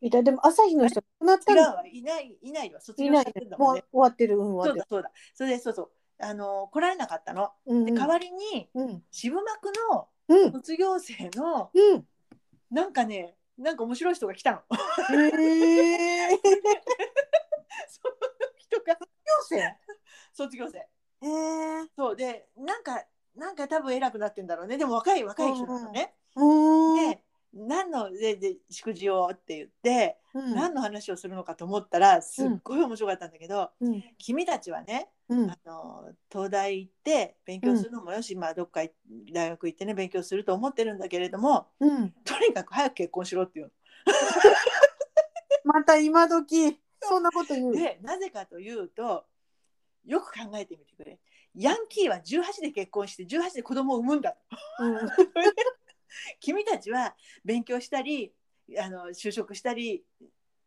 いた、でも朝日の人、亡くなっ違たうら。わいないいないわ卒い業ないしちゃってんだももうん終ねわってる。うん。終そわうってだる。そうだそれでそうそうあの来られなかったのうん。うでん代わりにうん。渋幕のうん。卒業生のうん。なんかねなんか面白い人が来たの ええ。その人が卒業生卒業生ええ。そうでなんかなんか多分偉くなってんだろうねでも若い若い人なのね、うん。で何のでで祝辞をって言って、うん。何の話をするのかと思ったらすっごい面白かったんだけど、うん。君たちはねうんあ。の東大行って勉強するのもよし、まあ、どっかい大学行ってね勉強すると思ってるんだけれどもうん。とにかく早く結婚しろっていうまた今時。そんなこと言のう。でなぜかというとよく考えてみてくれヤンキーは18で結婚して18で子供を産むんだうん。君たちは勉強したりあの就職したり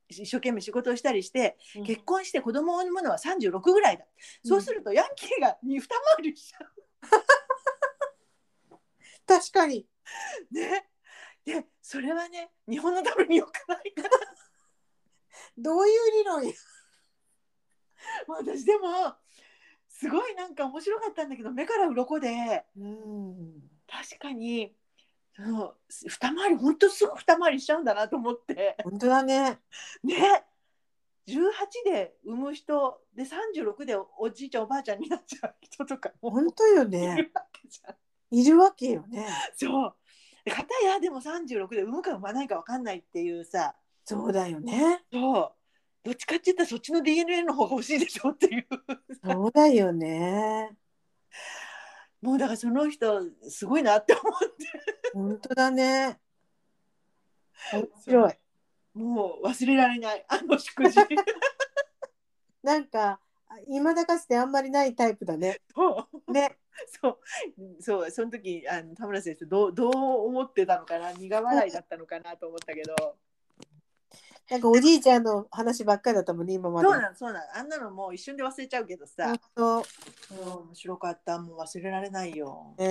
一生懸命仕事をしたりして 結婚して子供を産むのは36ぐらいだ、そうするとヤンキーが二回りしちゃう確かに。 ね。で、それはね、日本のために良くない から。どういう理論や。私でも、すごいなんか面白かったんだけど、目から鱗で、うん。確かに、その二回り、本当すぐ二回りしちゃうんだなと思って。本当だね。ね。18で産む人で36でおじいちゃんおばあちゃんになっちゃう人とかも本当よいね。 るわけじゃん。いるわけよね。そう。で片やでも36で産むか産まないか分かんないっていうさ、そうだよね。そう。どっちかって言ったらそっちの DNA の方が欲しいでしょっていう。そうだよね。もうだからその人すごいなって思って。本当だね。面白い。もう忘れられない。あの祝辞。なんか、いまだかつてあんまりないタイプだ ね。そう。ね。そう。そう。その時、あの田村先生、どう、どう思ってたのかな苦笑いだったのかなと思ったけど。なんかおじいちゃんの話ばっかりだったもんね、今まで。そうなの、そうなの。あんなのもう一瞬で忘れちゃうけどさ。本もう面白かった。もう忘れられないよ当。。え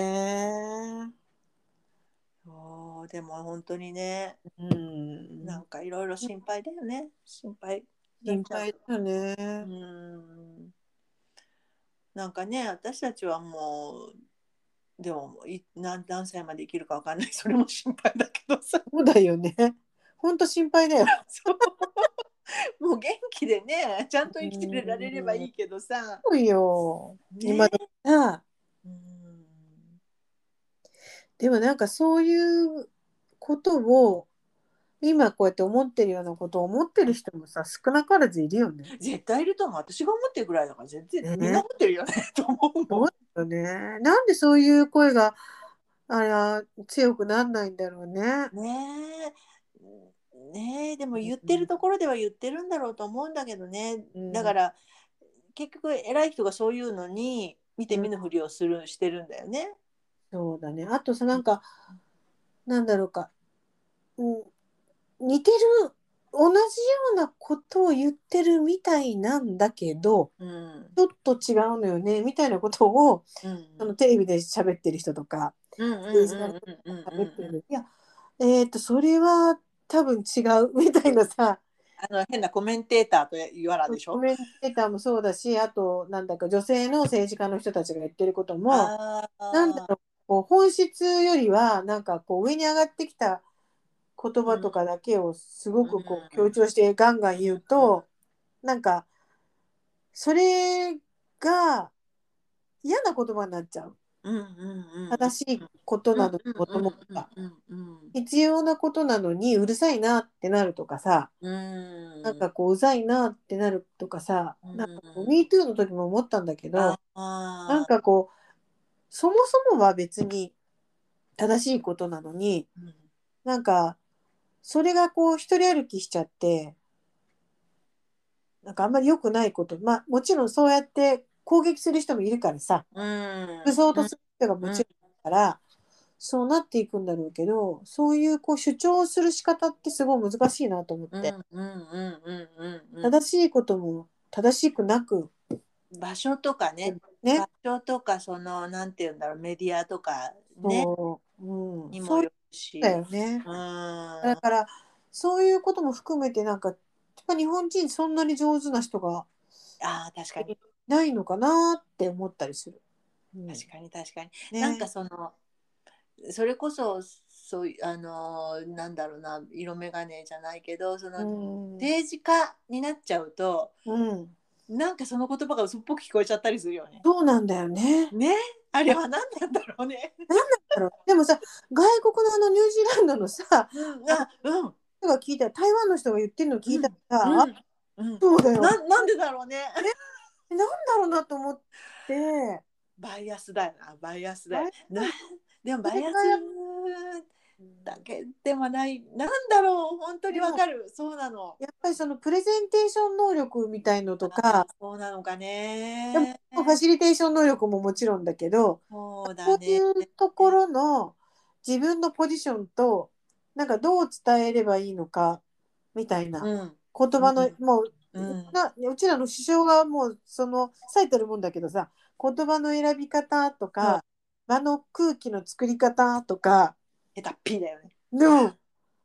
ーそうでも本当にねうんなんかいろいろ心配だよね心配心配だね。うんなんかね私たちはもうでもい何何歳まで生きるかわかんないそれも心配だけ どさそうだよね。本当心配だよ。そうもう元気でねちゃんと生きてられればいいけどさ、そうよ。ね今でもさうんでもなんかそういうことを今こうやって思ってるようなことを思ってる人もさ少なからずいるよね。絶対いると思う私が思ってるぐらいだから全ね然みんな思ってるよね と思うもんよねなんでそういう声があら強くなんないんだろうね。ねえねえでも言ってるところでは言ってるんだろうと思うんだけどね、うんだから結局偉い人がそういうのに見て見ぬふりをする、してるんだよね。そうだね。あとさなんかなんだろうか、うん、似てる同じようなことを言ってるみたいなんだけどうんちょっと違うのよねみたいなことをうんあのテレビで喋ってる人とかうんうん政治家のうんうん喋ってうんる、いやえっ、とそれは多分違うみたいなさあの変なコメンテーターと言わらでしコょ。メンテーターもそうだしあとなんだか女性の政治家の人たちが言ってることもあーなんだろうこう本質よりはなんかこう上に上がってきた言葉とかだけをすごくこううん強調してガンガン言うとなんかそれが嫌な言葉になっちゃううんうんうん、正しいことなのにもともとが。うんうん必要なことなのにうるさいなってなるとかさ、うん、なんかこううざいなってなるとかさ、うんなんかこう MeToo の時も思ったんだけど、ななんかこうそもそもは別に正しいことなのになんかそれがこう一人歩きしちゃってなんかあんまり良くないことまあもちろんそうやって攻撃する人もいるからさ服装とする人がもちろんから、そうなっていくんだろうけどそういうこう主張する仕方ってすごい難しいなと思って、た正しいことも正しくなく場所とかねね場所とかそのなんて言うんだろうメディアとかねそう,、うにん、もそうよるしだよね、だだからそういうことも含めてなんかやっぱ日本人そんなに上手な人があー確かにいないのかなって思ったりする。うん確かに確かに、ねなんかそのそれこそそういあのーなんだろうな色眼鏡じゃないけどそのうん政治家になっちゃうとうん、なんかその言葉が嘘っぽく聞こえちゃったりするよね。そうなんだよね。ねあれは何なんだろうね。だからでもさ外国のあのニュージーランドのさあ うん人が聞いたら台湾の人が言ってるの聞いたらさ、あうんうんそうだよなんだななんでだろうね。ろうなと思ってバイアスだよな、バイアスだバイよア。なでもバイアスだけでもない、なんだろう、本当にわかる、そうなの。やっぱりそのプレゼンテーション能力みたいのとか、そうなのかでもね。ファシリテーション能力ももちろんだけど、そうこだういね。うところの自分のポジションとなんかどう伝えればいいのかみたいなう言ん、葉の、うもううん、なうちらの首相がもうその最たるもんだけどさ言葉の選び方とか、場の空気の作り方とか下手っぴだよね。の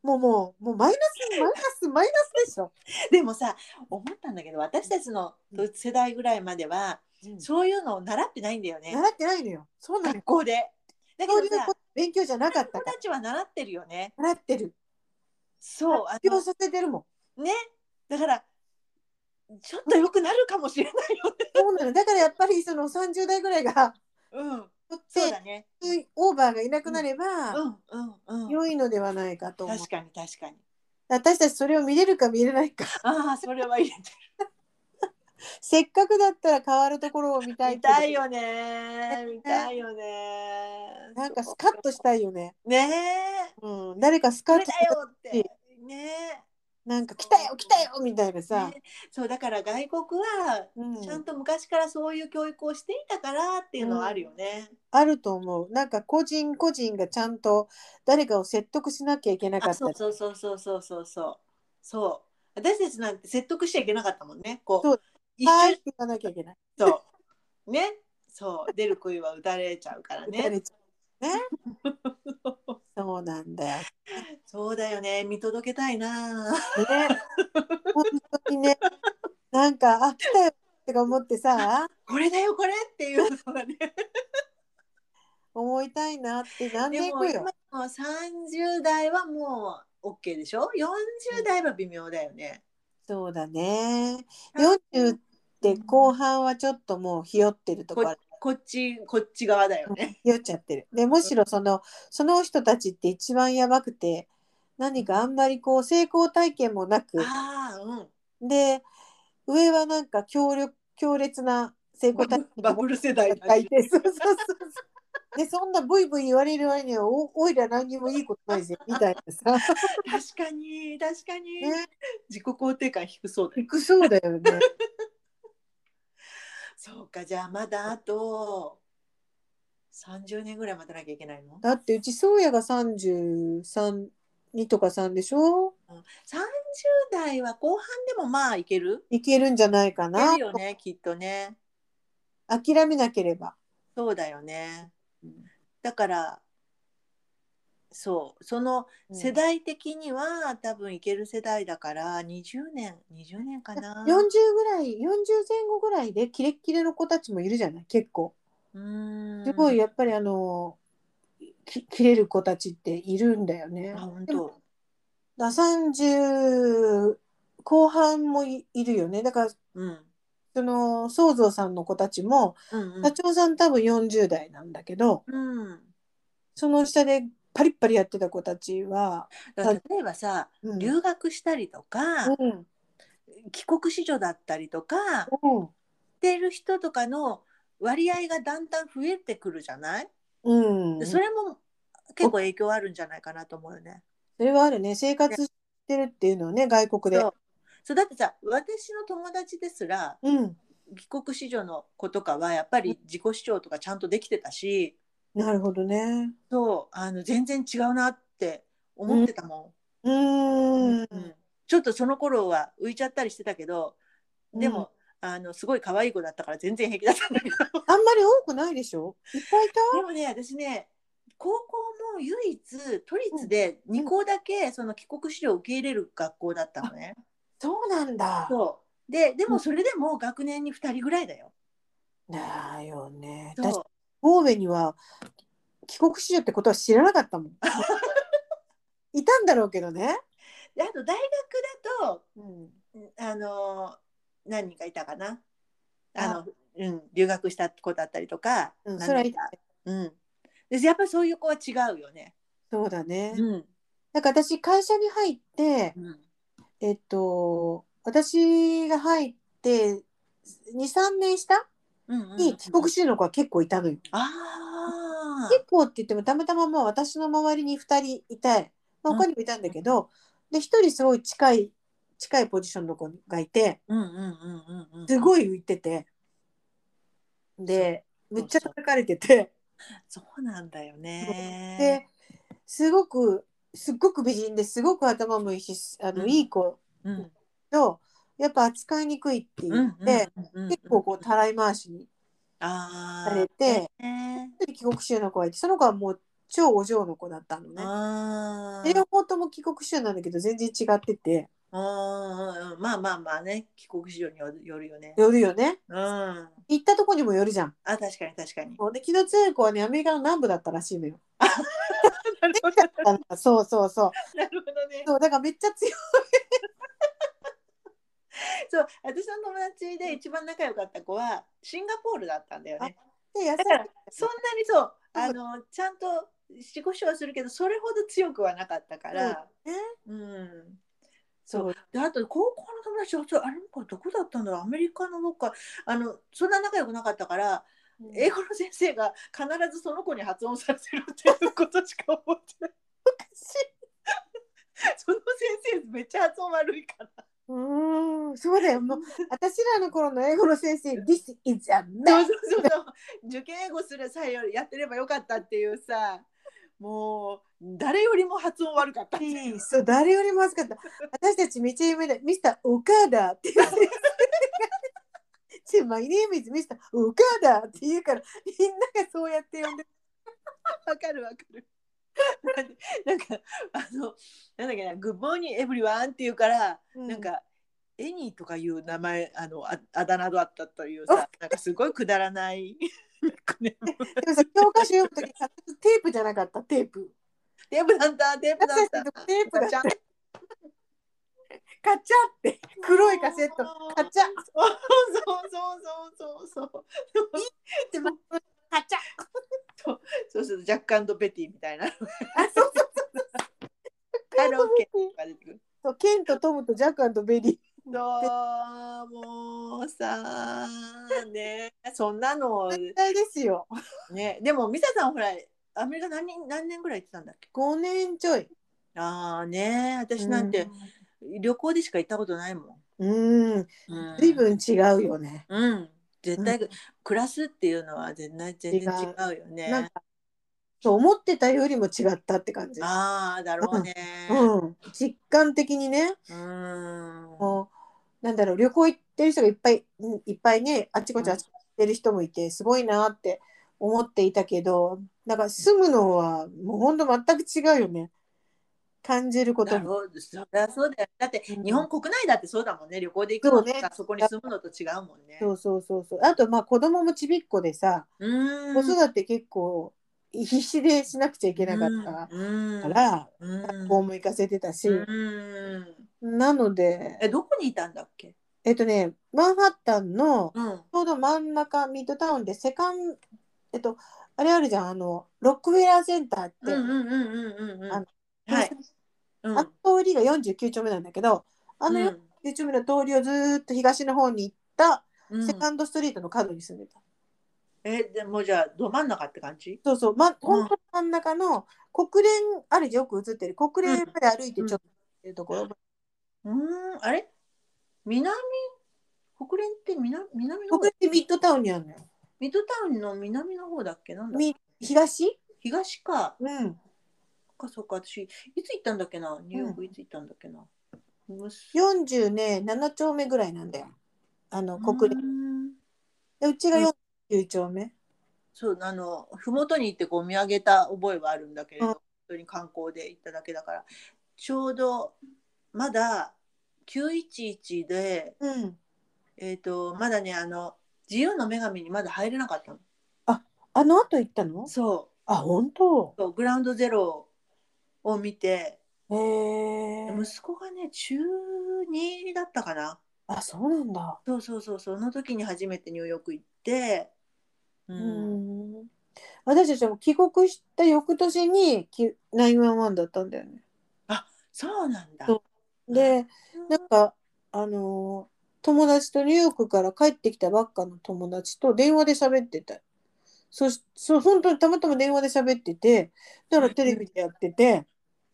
もうもうもうマイナスマイナスマイナスでしょ。でもさ、思ったんだけど、私たちの世代ぐらいまでは、そういうのを習ってないんだよね。習ってないのよ。そうなの学。校で。だけそうどいうさこ、と勉強じゃなかった子からたちは習ってるよね。習ってる。そう、あ勉強の、させてるもん。ね、だから。ちょっと良くなるかもしれないよね。そうなの。だからやっぱりその三十代ぐらいがうん、とっそうてだね。オーバーがいなくなればうんうんうん。良いのではないかと思う確かに確かに。私たちそれを見れるか見れないか ああそれは入れてせっかくだったら変わるところを見たいみけどたいよね。見たいよね。なんかスカッとしたいよね、ねえ。うん、誰かスカッこれとしだたよってねえ。なんか来たよ来たよみたいなさ、ねそうだから外国はうんちゃんと昔からそういう教育をしていたからっていうのはあるよね。あると思うなんか個人個人がちゃんと誰かを説得しなきゃいけなかあったそうりそうそうそうそうそうそうそう。私たちなんて説得しちゃいけなかったもんね。こそうう一はーいっ緒て言わなきゃいけない、とね。そう出る杭は打たれちゃうからね。誰 そうなんだよ。ね、そうだよね見届けたいな本当にね、なんか、あ、来たよってか思ってさ、これだよこれっていうのがね思いたいなって、なんでで行もく今よの。30代はもう OK でしょ40代は微妙だよね。そうだね。40って後半はちょっともうひよってるとこある。こっちこっち側だよね。酔っちゃってる。でむしろそのその人たちって一番やばくて何かあんまりこう成功体験もなくああうん。で上はなんか強力強烈な成功体験バブル世代だがいてそうそうそうそうでそんなブイブイ言われる割にはおおいら何にもいいことないぜみたいなさ確かに確かに、ね自己肯定感低そうだよ。低そうだよね。そうかじゃあまだあと30年ぐらい待たなきゃいけないのだってうち宗谷が33二とか3でしょ ?30 代は後半でもまあいけるいけるんじゃないかいけな、るよねきっとね。諦めなければ。そうだよねうん。だからそうその世代的には、多分いける世代だから20年20年かな。 40ぐらい40前後ぐらいでキレッキレの子たちもいるじゃない結構うーんすごいやっぱりあのき切れる子たちっているんだよねあ本でも当だ30後半もいいるよねだからうんその宗三さんの子たちもうんうん社長さん多分40代なんだけどうんその下でパリッパリやってた子たちは、だから例えばさうん、留学したりとか、うん帰国子女だったりとかしてる人とかの割合がだんだん増えてくるじゃない、うんでそれも結構影響あるんじゃないかなと思うよね。それはあるね生活してるっていうのはね外国でそうそうだってさ私の友達ですらうん帰国子女の子とかはやっぱり自己主張とかちゃんとできてたし、なるほどねそうあの全然違うなって思ってたも、うんーんうんちょっとその頃は浮いちゃったりしてたけどでうんも、あのすごい可愛い子だったから全然平気だったん だけどあんまり多くないでしょいっぱいいたでもね私ね高校も唯一都立で2校だけその帰国子女を受け入れる学校だったのね。そうなんだそうででうもんそれでも2人に2人ぐらいだよ。だよねそう私神戸には帰国子女ってことは知らなかった もんいたんだろうけどね、であと大学だとうん、あの何人かいたかなあのうん、留学した子だったりとか、うん何それはい人たかうん、でやっぱりそういう子は違うよね。そうだね、うんなんか私会社に入ってうんえっと私が入って23年下うんうんに帰国子女の子は結構いたのよ、ああ結構って言ってもたまたままあ私の周りに2人いて、まあ、うん他にもいたんだけど、で1人すごい近い近いポジションの子がいてうんうんうんうんうんすいごい浮いててでむっちゃ叩かれててそうなんだよでね。すごくすっごく美人ですごく頭もいいしあの、うんいい子うんとやっぱ扱いにくいってうんう言んっうんて、うん結構こうたらい回しにあーされてね一人帰国子女の子がいてその子はもう超お嬢の子だったのね。あー両方とも帰国子女なんだけど全然違っててうんうんまあまあまあね帰国子女によるよるよね。よるよねうん、あ行ったとこにもよるじゃん確かに確かに。で気の強い子はねアメリカの南部だったらしいのよなるほどあの そうそうそう なるほどね。そうだからめっちゃ強いそう私の友達で一番仲良かった子はシンガポールだったんだよね。で優しいだからそんなにそううんあのちゃんと自己主張するけどそれほど強くはなかったから。そうねうんそうであと高校の友達はそうあれなんかどこだったんだろうアメリカのどっかあのそんな仲良くなかったから英え語の先生が必ずその子に発音させるっていうことしか思ってないその先生めっちゃ発音悪いからうーんそうだよもう私らの頃の英語の先生「This is a そう man そうそうそう受験英語する際よりやってればよかったっていうさもう誰よりも発音悪かったっていう」そう誰よりも恥ずかった私たちめっちゃ有名だミスター岡田っていう先 生が「My name is Mr. 岡田」って言うからみんながそうやって呼んでわかるわかる。なんかあのなんだっけな「グッモーニングエブリワン」って言うから、うんなんか「エニー」とかいう名前あのああだ名だったというさなんかすごいくだらない ニックネーでムもさ教科書読むとき必ずテープじゃなかったテープ。テープだったテープだ私ったたちのテープがガチャンカチャって 黒いカセットカチャっそうそうそうそうそうてまカチャそうするとジャックアンドベティみたいなのあそうそうカラオケとか出てくるそうケンとトムとジャックベリー。どうもうさねそんなの絶対ですよ。ねでもミサさんほらアメリカ何年何年ぐらい行ってたんだっけ5年ちょい。ああね私なんて旅行でしか行ったことないもうん。うん。ん、うん、随分違うよね。うん絶対、う暮らすっていうのは全然全然違うよなんねかそう思ってたよりも違ったって感じ。ああだろうねうん。実感的にね。うん、もうなんだろう旅行行ってる人がいっぱいうんいっぱいねあっちこっちうんあっちこっち行ってる人もいてすごいなって思っていたけどなんか住むのはもうほんと全く違うよね感じることだも。ろうそりゃそうだよだってうん日本国内だってそうだもんね旅行で行くのとそうかねそこに住むのと違うもんねそうそうそうそうあとまあ子供もちびっこでさ、うん子育て結構必死でしなくちゃいけなかったうんから、うん学校も行かせてたし、うんなのでえどこにいたんだっけえっとねマンハッタンのうんちょうど真ん中ミッドタウンでセカンえっとあれあるじゃんあのロックフェラーセンターって、うんうんうんうんうんうんあのはいうんあの通りが49丁目なんだけどあのう49ん丁目の通りをずーっと東の方に行ったうんセカンドストリートの角に住んでた、えでもじゃあど真ん中って感じそうそう、ま、本当真ん中の国連あれよく映ってる国連まで歩いてちょっとっていうところ、うんあれ南国連って南南の方国連ってミッドタウンにあるのよミッドタウンの南の方だっけなんだみ東東かうんそっかそっか私いつ行ったんだっけなニューヨークいつ行ったんだっけな、むす47ね7丁目ぐらいなんだよあの国連連でうちが49丁目、そうあの麓に行ってこう見上げた覚えはあるんだけれど、うん本当に観光で行っただけだからちょうどまだ911でうんえっ、とまだねあの自由の女神にまだ入れなかったのあの後行ったのそあ、本当う。そうグラウンドゼロを見てへえ。息子がね中2だったかなあ、そうなんだ。そうそうそうその時に初めてニューヨーク行って、ううんん。私たちも帰国した翌年にき911だったんだよね。そうなんだそで、なんかあのー友達とニューヨークから帰ってきたばっかの友達と電話で喋ってた。そし、そう本当にたまたま電話で喋ってて、だからテレビでやってて、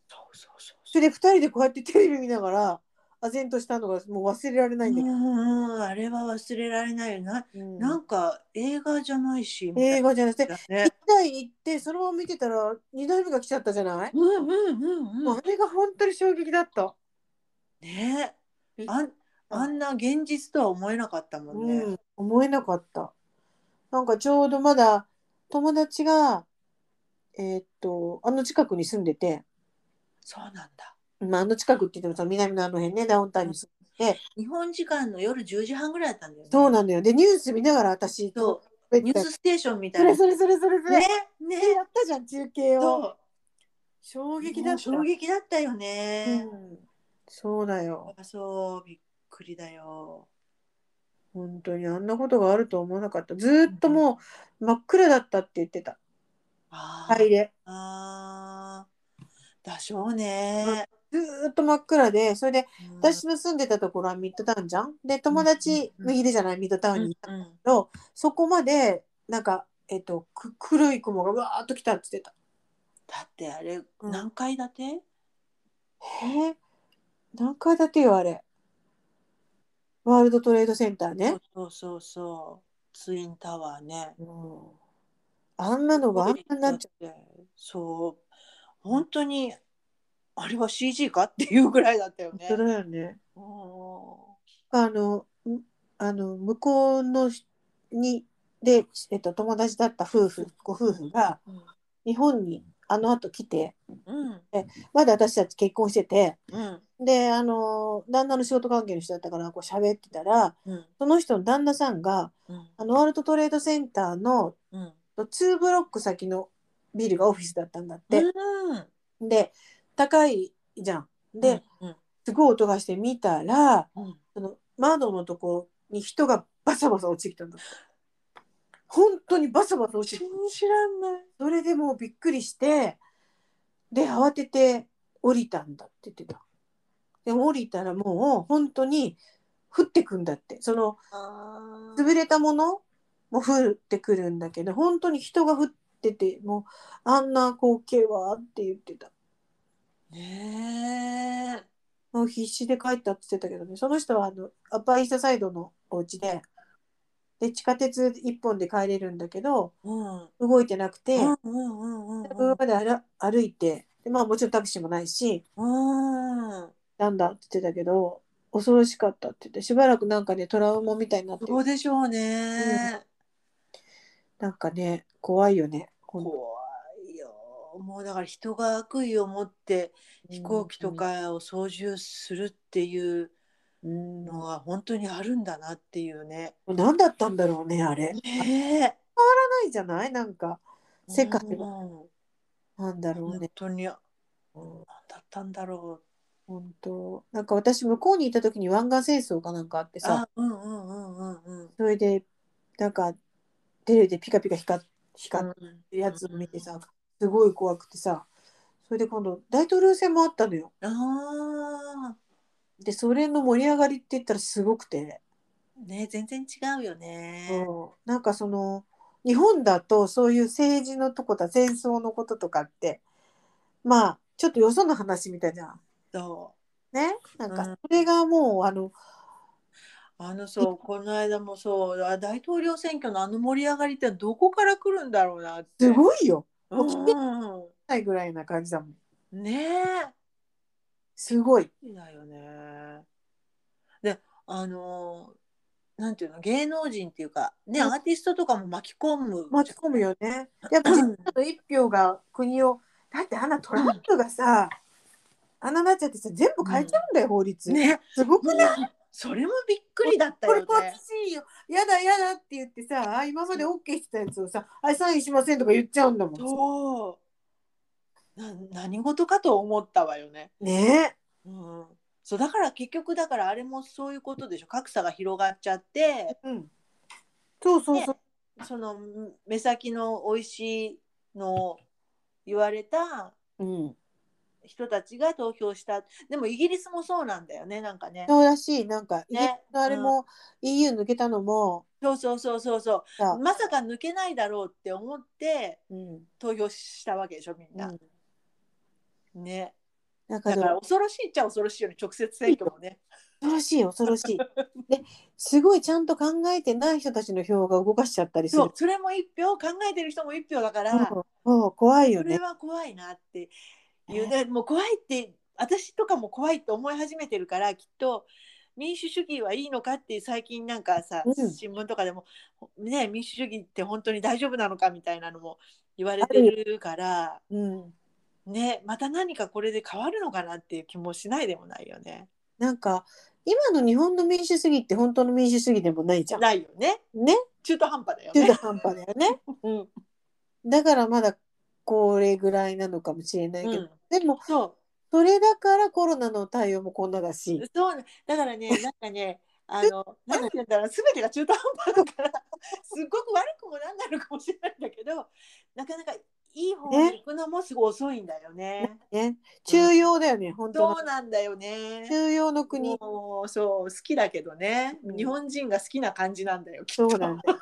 そうそうそうそれで二人でこうやってテレビ見ながら唖然としたのがもう忘れられないんだうけんうんあれは忘れられないよな、ど。うんなんか映画じゃないしみた映い画じゃなくてな一ね台行ってそのまま見てたら二台目が来ちゃったじゃない、うんうんうんうんあれが本当に衝撃だった、ねあんあんな現実とは思えなかったもんね、うん、思えなかったなんかちょうどまだ友達がえーっとあの近くに住んでて、そうなんだまあ、あの近くって言ってもその南のあの辺ねダウンタウンに住ん日本時間の夜10時半ぐらいだったんだよねそうなのよでニュース見ながら私そ食うニュースステーションみたそいなれねそれそれそれそれ、ねやったじゃん中継をそ衝う撃だった衝撃だったよね、うんそうだよあそうびっくりだよ本当にあんなことがあるとは思わなかったずーっともう真っ暗だったって言ってたあー入れあーだしょうね、ずーっと真っ暗でそれでうん私の住んでたところはミッドタウンじゃんで友達うんうんうん右でじゃないミッドタウンにいたうんうんそこまでなんかえっとく黒い雲がわーっと来たって言ってだってあれん何階建て、たえー、何階建てよあれワールドトレードセンターね、そうそうそうツインタワーねうん、あんなのがあんなになっちゃだってそう本当にあれは CG かっていうぐらいだったようね本当だよねうあのんあの向こうの人にで、えっと、友達だった夫婦ご夫婦がんうん日本にあの後来てうんまだ私たち結婚しててうんであの旦那の仕事関係の人だったからこう喋ってたらうんその人の旦那さんがうんあのワールドトレードセンターのうん2ブロック先のビルがオフィスだったんだってう、んで高いじゃんで、うんすごい音がして見たらうんその窓のところに人がバサバサ落ちてきたんだって本当にバサバサ落ちてきた信じらんないそれでもうびっくりしてで慌てて降りたんだって言ってたでも降りたらもう本当に降ってくんだってそのあ潰れたものも降ってくるんだけど本当に人が降っててもうあんな光景はって言ってたねえもう必死で帰ったって言ってたけどねその人はあのアッパーイーストサイドのお家でで地下鉄一本で帰れるんだけどうん動いてなくて、うんうんうんうん車まで歩歩いてで、まあ、もちろんタクシーもないしうんなんだって言ってたけど恐ろしかったって言ってしばらくなんかねトラウマみたいになってそうでしょうねなんかね怖いよねほんと怖いよもうだから人が悪意を持って飛行機とかを操縦するっていううんのは本当にあるんだなっていうね。何だったんだろうねあれねないじゃないなんか世界うんはなんだろう本ね当にあうん何だったんだろ本当なんか私向こうにいた時に湾岸戦争かなんかあってう。さあうんうんうんうんうん。それでなんかテレビでピカピカ光っ光ってるやつを見てさすごい怖くてさそれで今度大統領選もあったのよああでそれの盛り上がりって言ったらすごくて。ーね全然違うよね。そうなんかその日本だとそういう政治のとことか戦争のこととかってまあちょっとよその話みたいじゃん。そうねなんかうそんれがもうあのあのそうこの間もそうあ大統領選挙のあの盛り上がりってどこから来るんだろうなって。すごいようんうんうんないぐらいな感じだもん。ねすごい。え。だよね。で、あのー、なんていうの、芸能人っていうか、ね、うんアーティストとかも巻き込む。巻き込む。よね。やっぱりちょっと一票が国をだってあんなトランプがさ、あんななっちゃってさ全部変えちゃうんだよ、法律。ね、すごくない、それもびっくりだったこれよね。おかしいよ。やだやだって言ってさ、あ今まで OK してたやつをさ、あサインしませんとか言っちゃうんだもん。そう。な、何事かと思ったわよね。ねうん。そう、だから、結局、だから、あれもそういうことでしょ格差が広がっちゃって。うん。そうそうそう。その目先の美味しいのを言われたうん。人たちが投票したでもイギリスもそうなんだよねなんかねそうらしい、なんか、イギリねスのあれも、EU 抜けたのも、そうそうそうそうそさうまさか抜けないだろうって思ってうん。投票したわけでしょみんな、ねなんかだでからも、恐ろしいっちゃ恐ろしいよね直接選挙もね恐ろしい、恐ろし い。ですごいちゃんと考えてない人たちの票が動かしちゃったりするそう。それも一票考えてる人も一票だから、うんそう怖いよそね。れは怖いなっていねう、ね、もう怖いって私とかも怖いって思い始めてるからきっと民主主義はいいのかって最近なんかさ、うん新聞とかでも、ね、民主主義って本当に大丈夫なのかみたいなのも言われてるから、うん。ね、また何かこれで変わるのかなっていう気もしないでもないよね。なんか、今の日本の民主主義って本当の民主主義でもないじゃん。ないよねね。中途半端だよ中ね途。半端だよね。うんだからまだ、これぐらいなのかもしれないけうど、ん、でも、そうそれだからコロナの対応もこんなだし。そうねだから ね、なんかね、あの、なんて言うんだろう、すべてが中途半端だから、 すっごく悪くもなんないのかもしれないんだけど、なかなかいい方に行くのもすごい遅いんだよね。ね、中央だよね、本当そはうなんだよね。中央の国。もうそう好きだけどね、うん日本人が好きな感じなんだよきっそとうなん だよ。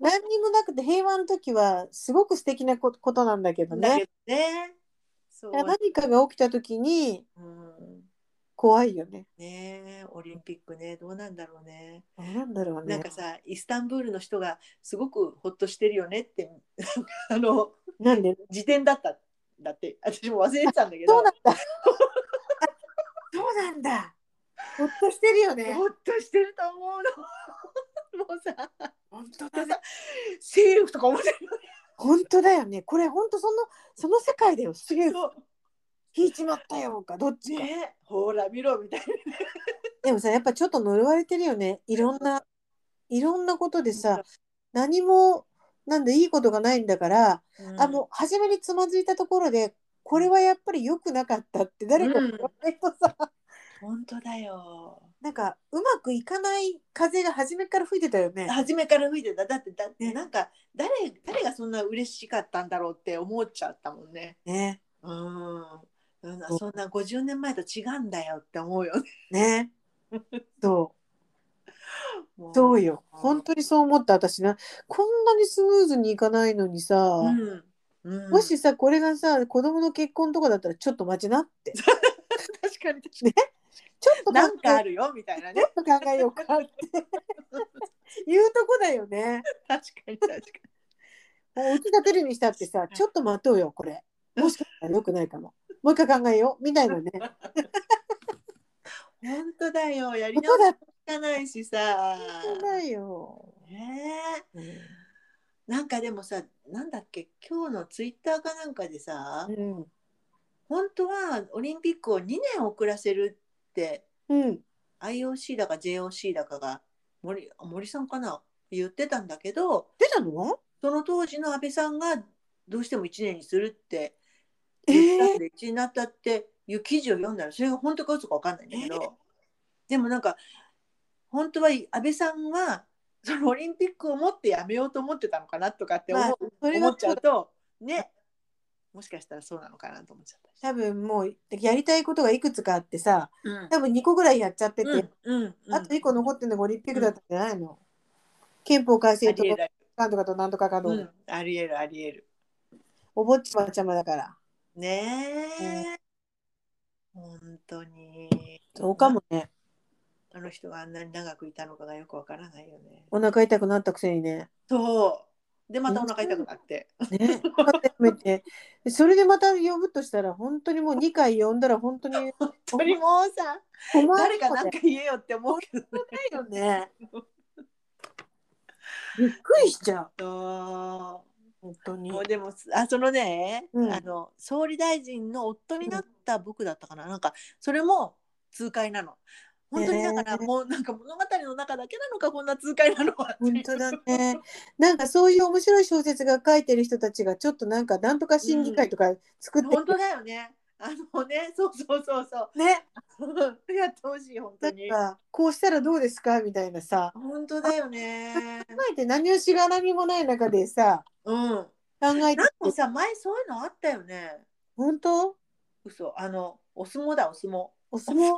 何にもなくて平和の時はすごく素敵なこことなんだけどだね。けどねそう、何かが起きた時にうん、怖いよね。ねオリンピックねどうなんだろうねなんだろうね。なんかさイスタンブールの人がすごくほっとしてるよねってあのなんで時点だったんだって私も忘れてたんだけどそうなんだ。 そうなんだ。ほっとしてるよねほ。っとしてると 思うのもうさ本当セーフとか思ってる本本当だよねこれ本当そのその世界だよすげえそう引いちまったよかどっちかねほら見ろみたいなでもさやっぱちょっと呪われてるよねいろんないろんなことでさ何もなんでいいことがないんだから、あもう初めにつまずいたところでこれはやっぱり良くなかったって誰かが言わないとさ、本当だよなんかうまくいかない風が初めから吹いてたよね。初めから吹いてただってだってねなんか誰誰がそんな嬉しかったんだろうって思っちゃったもんねねうんうんそんな50年前と違うんだよって思うよね ねそもうそうよ本当にそう思った私なこんなにスムーズにいかないのにさ、うんうん、もしさこれがさ子供の結婚とかだったらちょっと待ちなってちょ確かに確かにっと考えなんかあるよみたいなちねょっと考えようかって 言うとこだよね。確かに確かもう打ち立てるにしたってさちょっと待とうよこれもしかしたらよくないかももう一回考えようみたいなね。に本当だよやりこと直だっしかないしさただよ。ねえなんかでもさなんだっけ今日のツイッターかなんかでさ、うん本当はオリンピックを2年遅らせるってうん、 IOC だか JOC だかが森森さんかな言ってたんだけど出たのその当時の安倍さんがどうしても1年にするって言ったんで1年になったっていう記事を読んだらそれが本当か嘘か分かんないんだけど、でもなんか本当は安倍さんはそのオリンピックをもってやめようと思ってたのかなとかって思,、まあそれ思はっちゃうとねもしかしたらそうなのかなと思っちゃったりして。多分もうやりたいことがいくつかあってさうん多分2個ぐらいやっちゃってて、うんうん、あと1個残ってるのがオリンピックだったんじゃないの、憲法改正あとりえかるなんとかとなんとかかの、うんありえるありえるおぼっちまちゃまだからねえ、本当にそうかもねあの人があんなに長くいたのかがよくわからないよねお腹痛くなったくせにねそうでまたお腹痛くなって、ね、また読め てそれでまた呼ぶとしたら本当にもう2回呼んだら本当に本当にもうさ困 誰るかよなんねか言えよって思うけどねよねびっくりしちゃうそ本当うにもうでもあそのね、うんあの総理大臣の夫になった僕だったかな、なんかそれも痛快なの本当にだから、へえもうなんか物語の中だけなのかこんな痛快なのはっていう本当だねなんかそういう面白い小説が書いてる人たちがちょっとなんかなんとか審議会とか作って、 本当だよね。あのね、そうそうそう そねう。やってほしい、本当なんに。かこうしたらどうですかみたいなさ本当だよね。考えて何をしがらみもない中でさうん。考えてなんかさ、前そういうのあったよね。本当嘘、あの、お相撲だ、お相撲。お相撲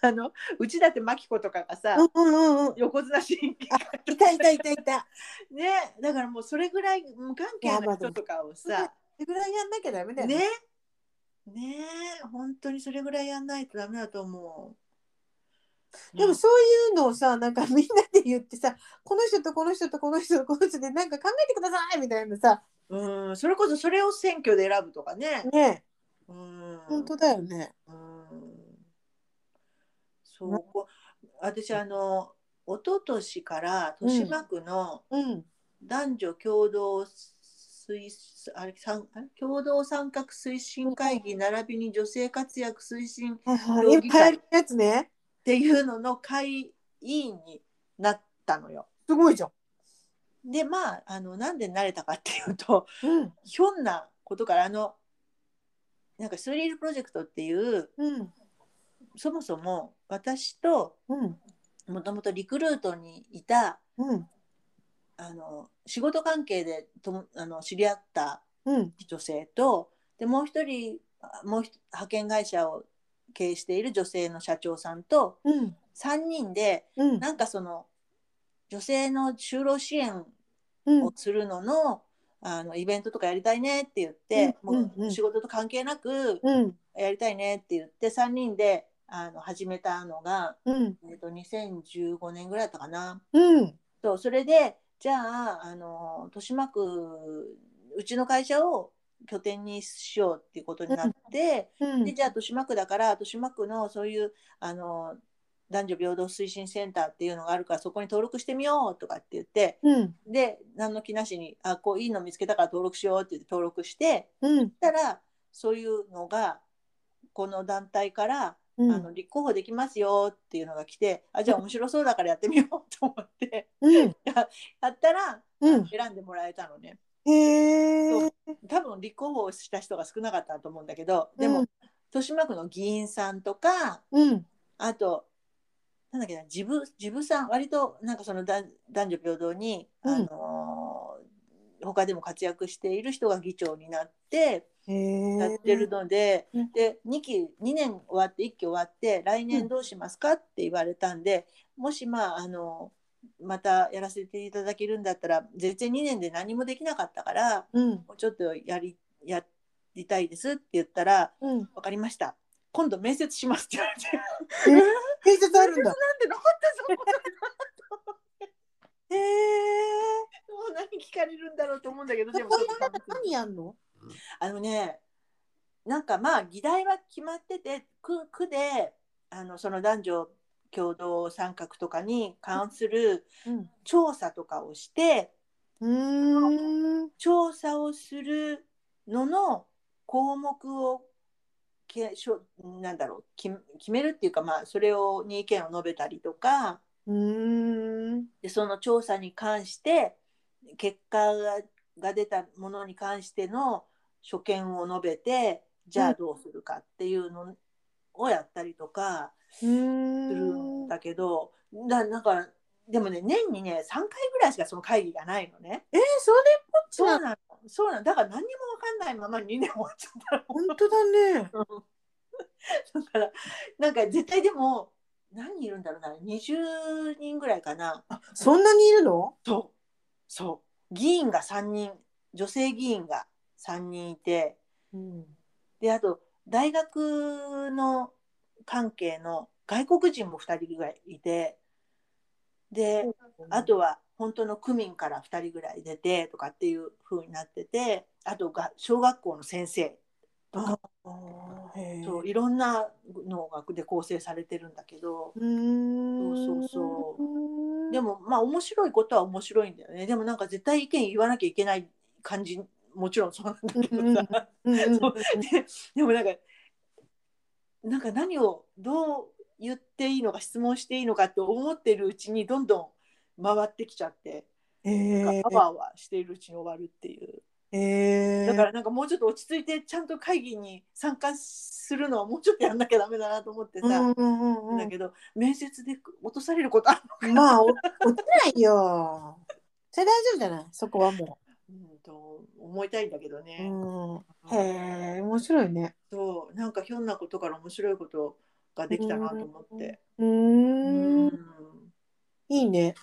あの、内舘真紀子とかがさう。んうんうんうん横綱審い議会たいたいたいたね、だからもうそれぐらい無関係な人とかをさ、それぐらいやんなきゃダメだよね、ね、本当にそれぐらいやんないとダメだと思う。でもそういうのをさなんかみんなで言ってさこの人とこの人とこの人とこの人でなんか考えてくださいみたいなさうん、それこそそれを選挙で選ぶとかね。ねうん、本当だよね。うんそうこ私あの一昨年から豊島区のうん男女共同推あれさんあれ共同参画推進会議並びに女性活躍推進っはいはいい同っ期ぱいあ会るやつねていうのの会委員になったのよ。すごいじゃん。でまああのなんでなれたかっていうと うんひょんなことからあのなんかスリルプロジェクトっていううんそもそも私とうんもともとリクルートにいたうんあの仕事関係でともあの知り合ったうん女性とでもう一人あもう一派遣会社を経営している女性の社長さんとうん3人でうんなんかその女性の就労支援をするのの,、あのイベントとかやりたいねって言って、うんうんうんもう仕事と関係なくうんやりたいねって言って3人であの始めたのが、うんえっと2015年ぐらいだったかな。うんそうそれでじゃああの豊島区うちの会社を拠点にしようっていうことになって、うんでじゃあ豊島区だから豊島区のそういうあの男女平等推進センターっていうのがあるからそこに登録してみようとかって言ってうんで何の気なしにあこういいの見つけたから登録しようって言って登録してうんしたらそういうのがこの団体から、うんあの立候補できますよっていうのが来てあじゃあ面白そうだからやってみようと思ってうんやったら、うん選んでもらえたのねへえ多分立候補した人が少なかったと思うんだけどでも、うん豊島区の議員さんとかうんあとなんだっけな自分自分さん割となんかそのだ男女平等に、うんあのー他でも活躍している人が議長になってへえやってるので、うんで2期2年終わって1期終わって来年どうしますかって言われたんでもしまああのまたやらせていただけるんだったら全然2年で何もできなかったからうんもうちょっとやりやりたいですって言ったら うん「分かりました今度面接します」って言われて 併設あるんだなんで残ったそこへえもう何聞かれるんだろうと思うんだけどでもちょっと楽しみ何やんのあのねなんかまあ議題は決まってて区区であのその男女共同参画とかに関するうん調査とかをしてうーん調査をするのの項目をけしょなんだろう決決めるっていうか、まあ、それをに意見を述べたりとか。うーんでその調査に関して結果がが出たものに関しての所見を述べてじうゃあんどうするかっていうのをやったりとかうするんーんだけどだなんかでもね年にね3回ぐらいしかその会議がないのね。えー、それぽっちそうなのなのそうなのだから何にも分かんないまま2年終わっちゃった本当だね。の。だからなんか絶対でも何人いるんだろうな20人ぐらいかな。そんなにいるの？そうそう議員が3人女性議員が3人いてうん。であと大学の関係の外国人も2人ぐらいいてであとは本当の区民から2人ぐらい出てとかっていう風になっててあとが小学校の先生とかあー、へえ。そういろんな能楽で構成されてるんだけどうーん。そうそうそううでも、もまあ面白いことは面白いんだよねでもなんか絶対意見言わなきゃいけない感じもちろんそうなんだけどさ、うん うんそうででもなんかなんか何をどう言っていいのか質問していいのかって思ってるうちにどんどん回ってきちゃって、なんへかあわあわしているうちに終わるっていうえ。へえ。だからなんかもうちょっと落ち着いてちゃんと会議に参加するのはもうちょっとやんなきゃダメだなと思ってさ、うんうんうんうだけど面接で落とされることあるのかん。まあお落ちないよ。それ大丈夫じゃない？そこはもうんと思いたいんだけどう。うね、ん。へえ、面白いね。そうなんかひょんなことから面白いことができたなと思って、ううーん。いいね。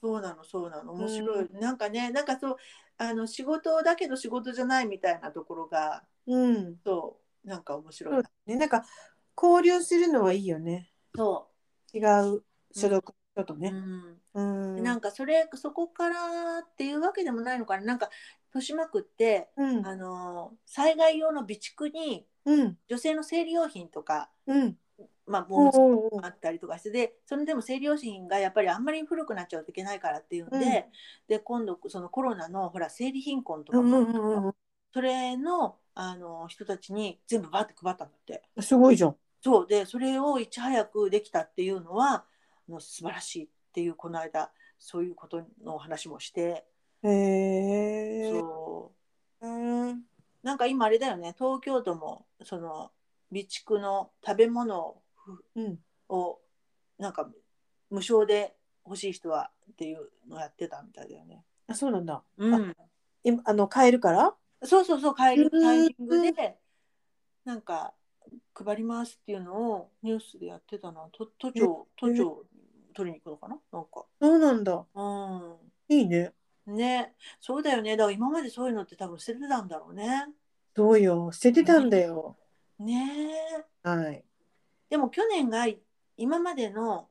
そうなのそうなの面白い、なんかねなんかそうあの仕事だけど仕事じゃないみたいなところがうん。そうなんか面白そいなうだね。なんか交流するのはいいよね。そ違う所属の人とう、ね。んうん。なんかそれそこからっていうわけでもないのかななんか豊島区ってうんあの災害用の備蓄にうん女性の生理用品とかうん。まあおもううおうおうあったりとかしてでそれでも生理用品がやっぱりあんまり古くなっちゃうといけないからっていうんで、うんで今度そのコロナのほら生理貧困とかうんも、うんうんそれのあの人たちに全部バッて配ったんだってうん。すごいじゃん。そうでそれをいち早くできたっていうのはあの素晴らしいっていうこの間そういうことのお話もして、へえ。そううん。なんか今あれだよね東京都もその備蓄の食べ物をうん。をなんか無償で欲しい人はっていうのをやってたみたいだよね。あ、そうなんだ。うん、今、あの、買えるから。そうそうそう帰るうんタイミングでなんか配りますっていうのをニュースでやってたな都都庁都庁取りに行くのかななんか。そうなんだ。ういいね。んね、そうだよねだから今までそういうのって多分捨ててたんだろうね。そうよ。捨ててたんだよ。ねえはい。でも去年が今までの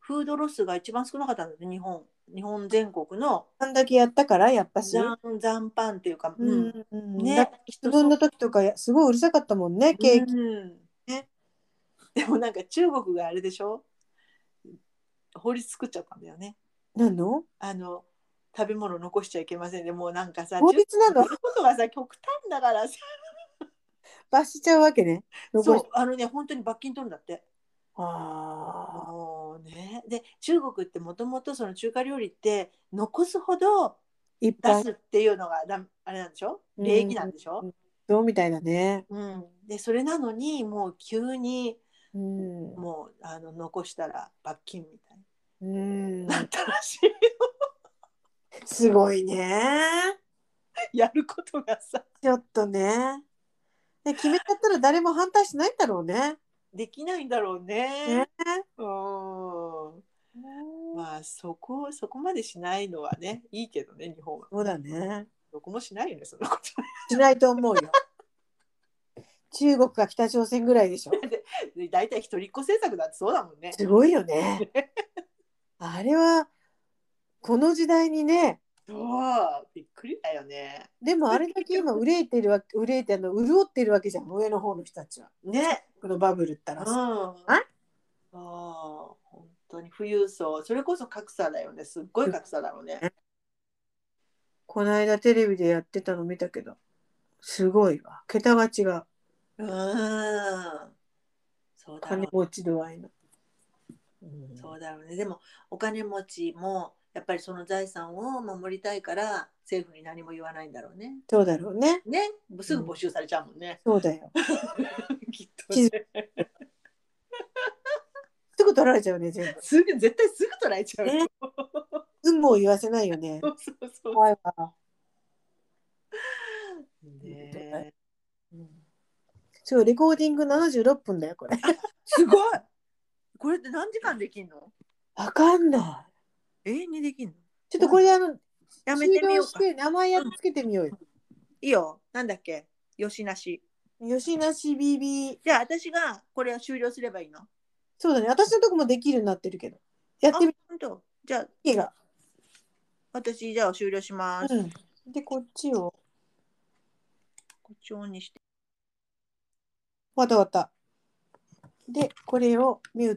フードロスが一番少なかったんだって日本日本全国のあんだけやったから、やっぱし。残残飯っていうか、ううん、ん。うんねだから自分の時とか、すごいうるさかったもんね。ケーキ。うんねでもなんか中国があれでしょ法律作っちゃったんだよね。何のあの食べ物残しちゃいけませんで、もうなんかさ、法律なやのることがさ極端だからさ、罰しちゃうわけね。そ残うしあのね本当に罰金取るんだって。ああ。もうね、で中国ってもともとその中華料理って残すほどいっぱ出いすっていうのがだあれなんでしょうん礼儀なんでしょ、どうみたいだね。うん、でそれなのにもう急にうん。もうあの残したら罰金みたいに うん。なったらしいよすごいね。 やることがさちょっとね。で決めちゃったら誰も反対しないんだろうね。できないんだろうね。ね。うんまあそこそこまでしないのはねいいけどね日本はそうだね。どこもしないよ ねそのことしないと思う よ。中国か北朝鮮ぐらいでしょ。で大体一人っ子政策だってそうだもんねすごいよね。あれはこの時代にね、そうびっくりだよねでもあれだけ 今憂えてるわけ、憂えてあの潤ってるわけじゃん、上の方の人たちは。ねこのバブルったうんらさ。ああ本当に富裕層それこそ格差だよねすっごい格差だろうねこの間テレビでやってたの見たけど、すごいわ。桁が違う。うんそうだろ金う持ち度合いの。そうだろうねでもお金持ちもやっぱりその財産を守りたいから政府に何も言わないんだろうねそうだろうね。ねすぐ募集されちゃうもんね、そうだよ。 きっとねすぐ取られちゃうね、全部。すぐ絶対すぐ取られちゃうよ、ね運も言わせないよね。そうそうそう怖いわ。ねうんそう、レコーディング76分だよ、これ。すごいこれって何時間できんのわかんな永遠にできんのい。ちょっとこれであの、やめ終てみ了ようしかて名前やっつけてみようよ。いいよなんだっけよしなし吉なし BB。じゃあ私がこれを終了すればいいのそうだね。私のとこもできるようになってるけど。やってみ本当じゃあてが。私じゃあ終了します、うん。で、こっちを。こっちをオンにしてわかったわかった。で、これをミュー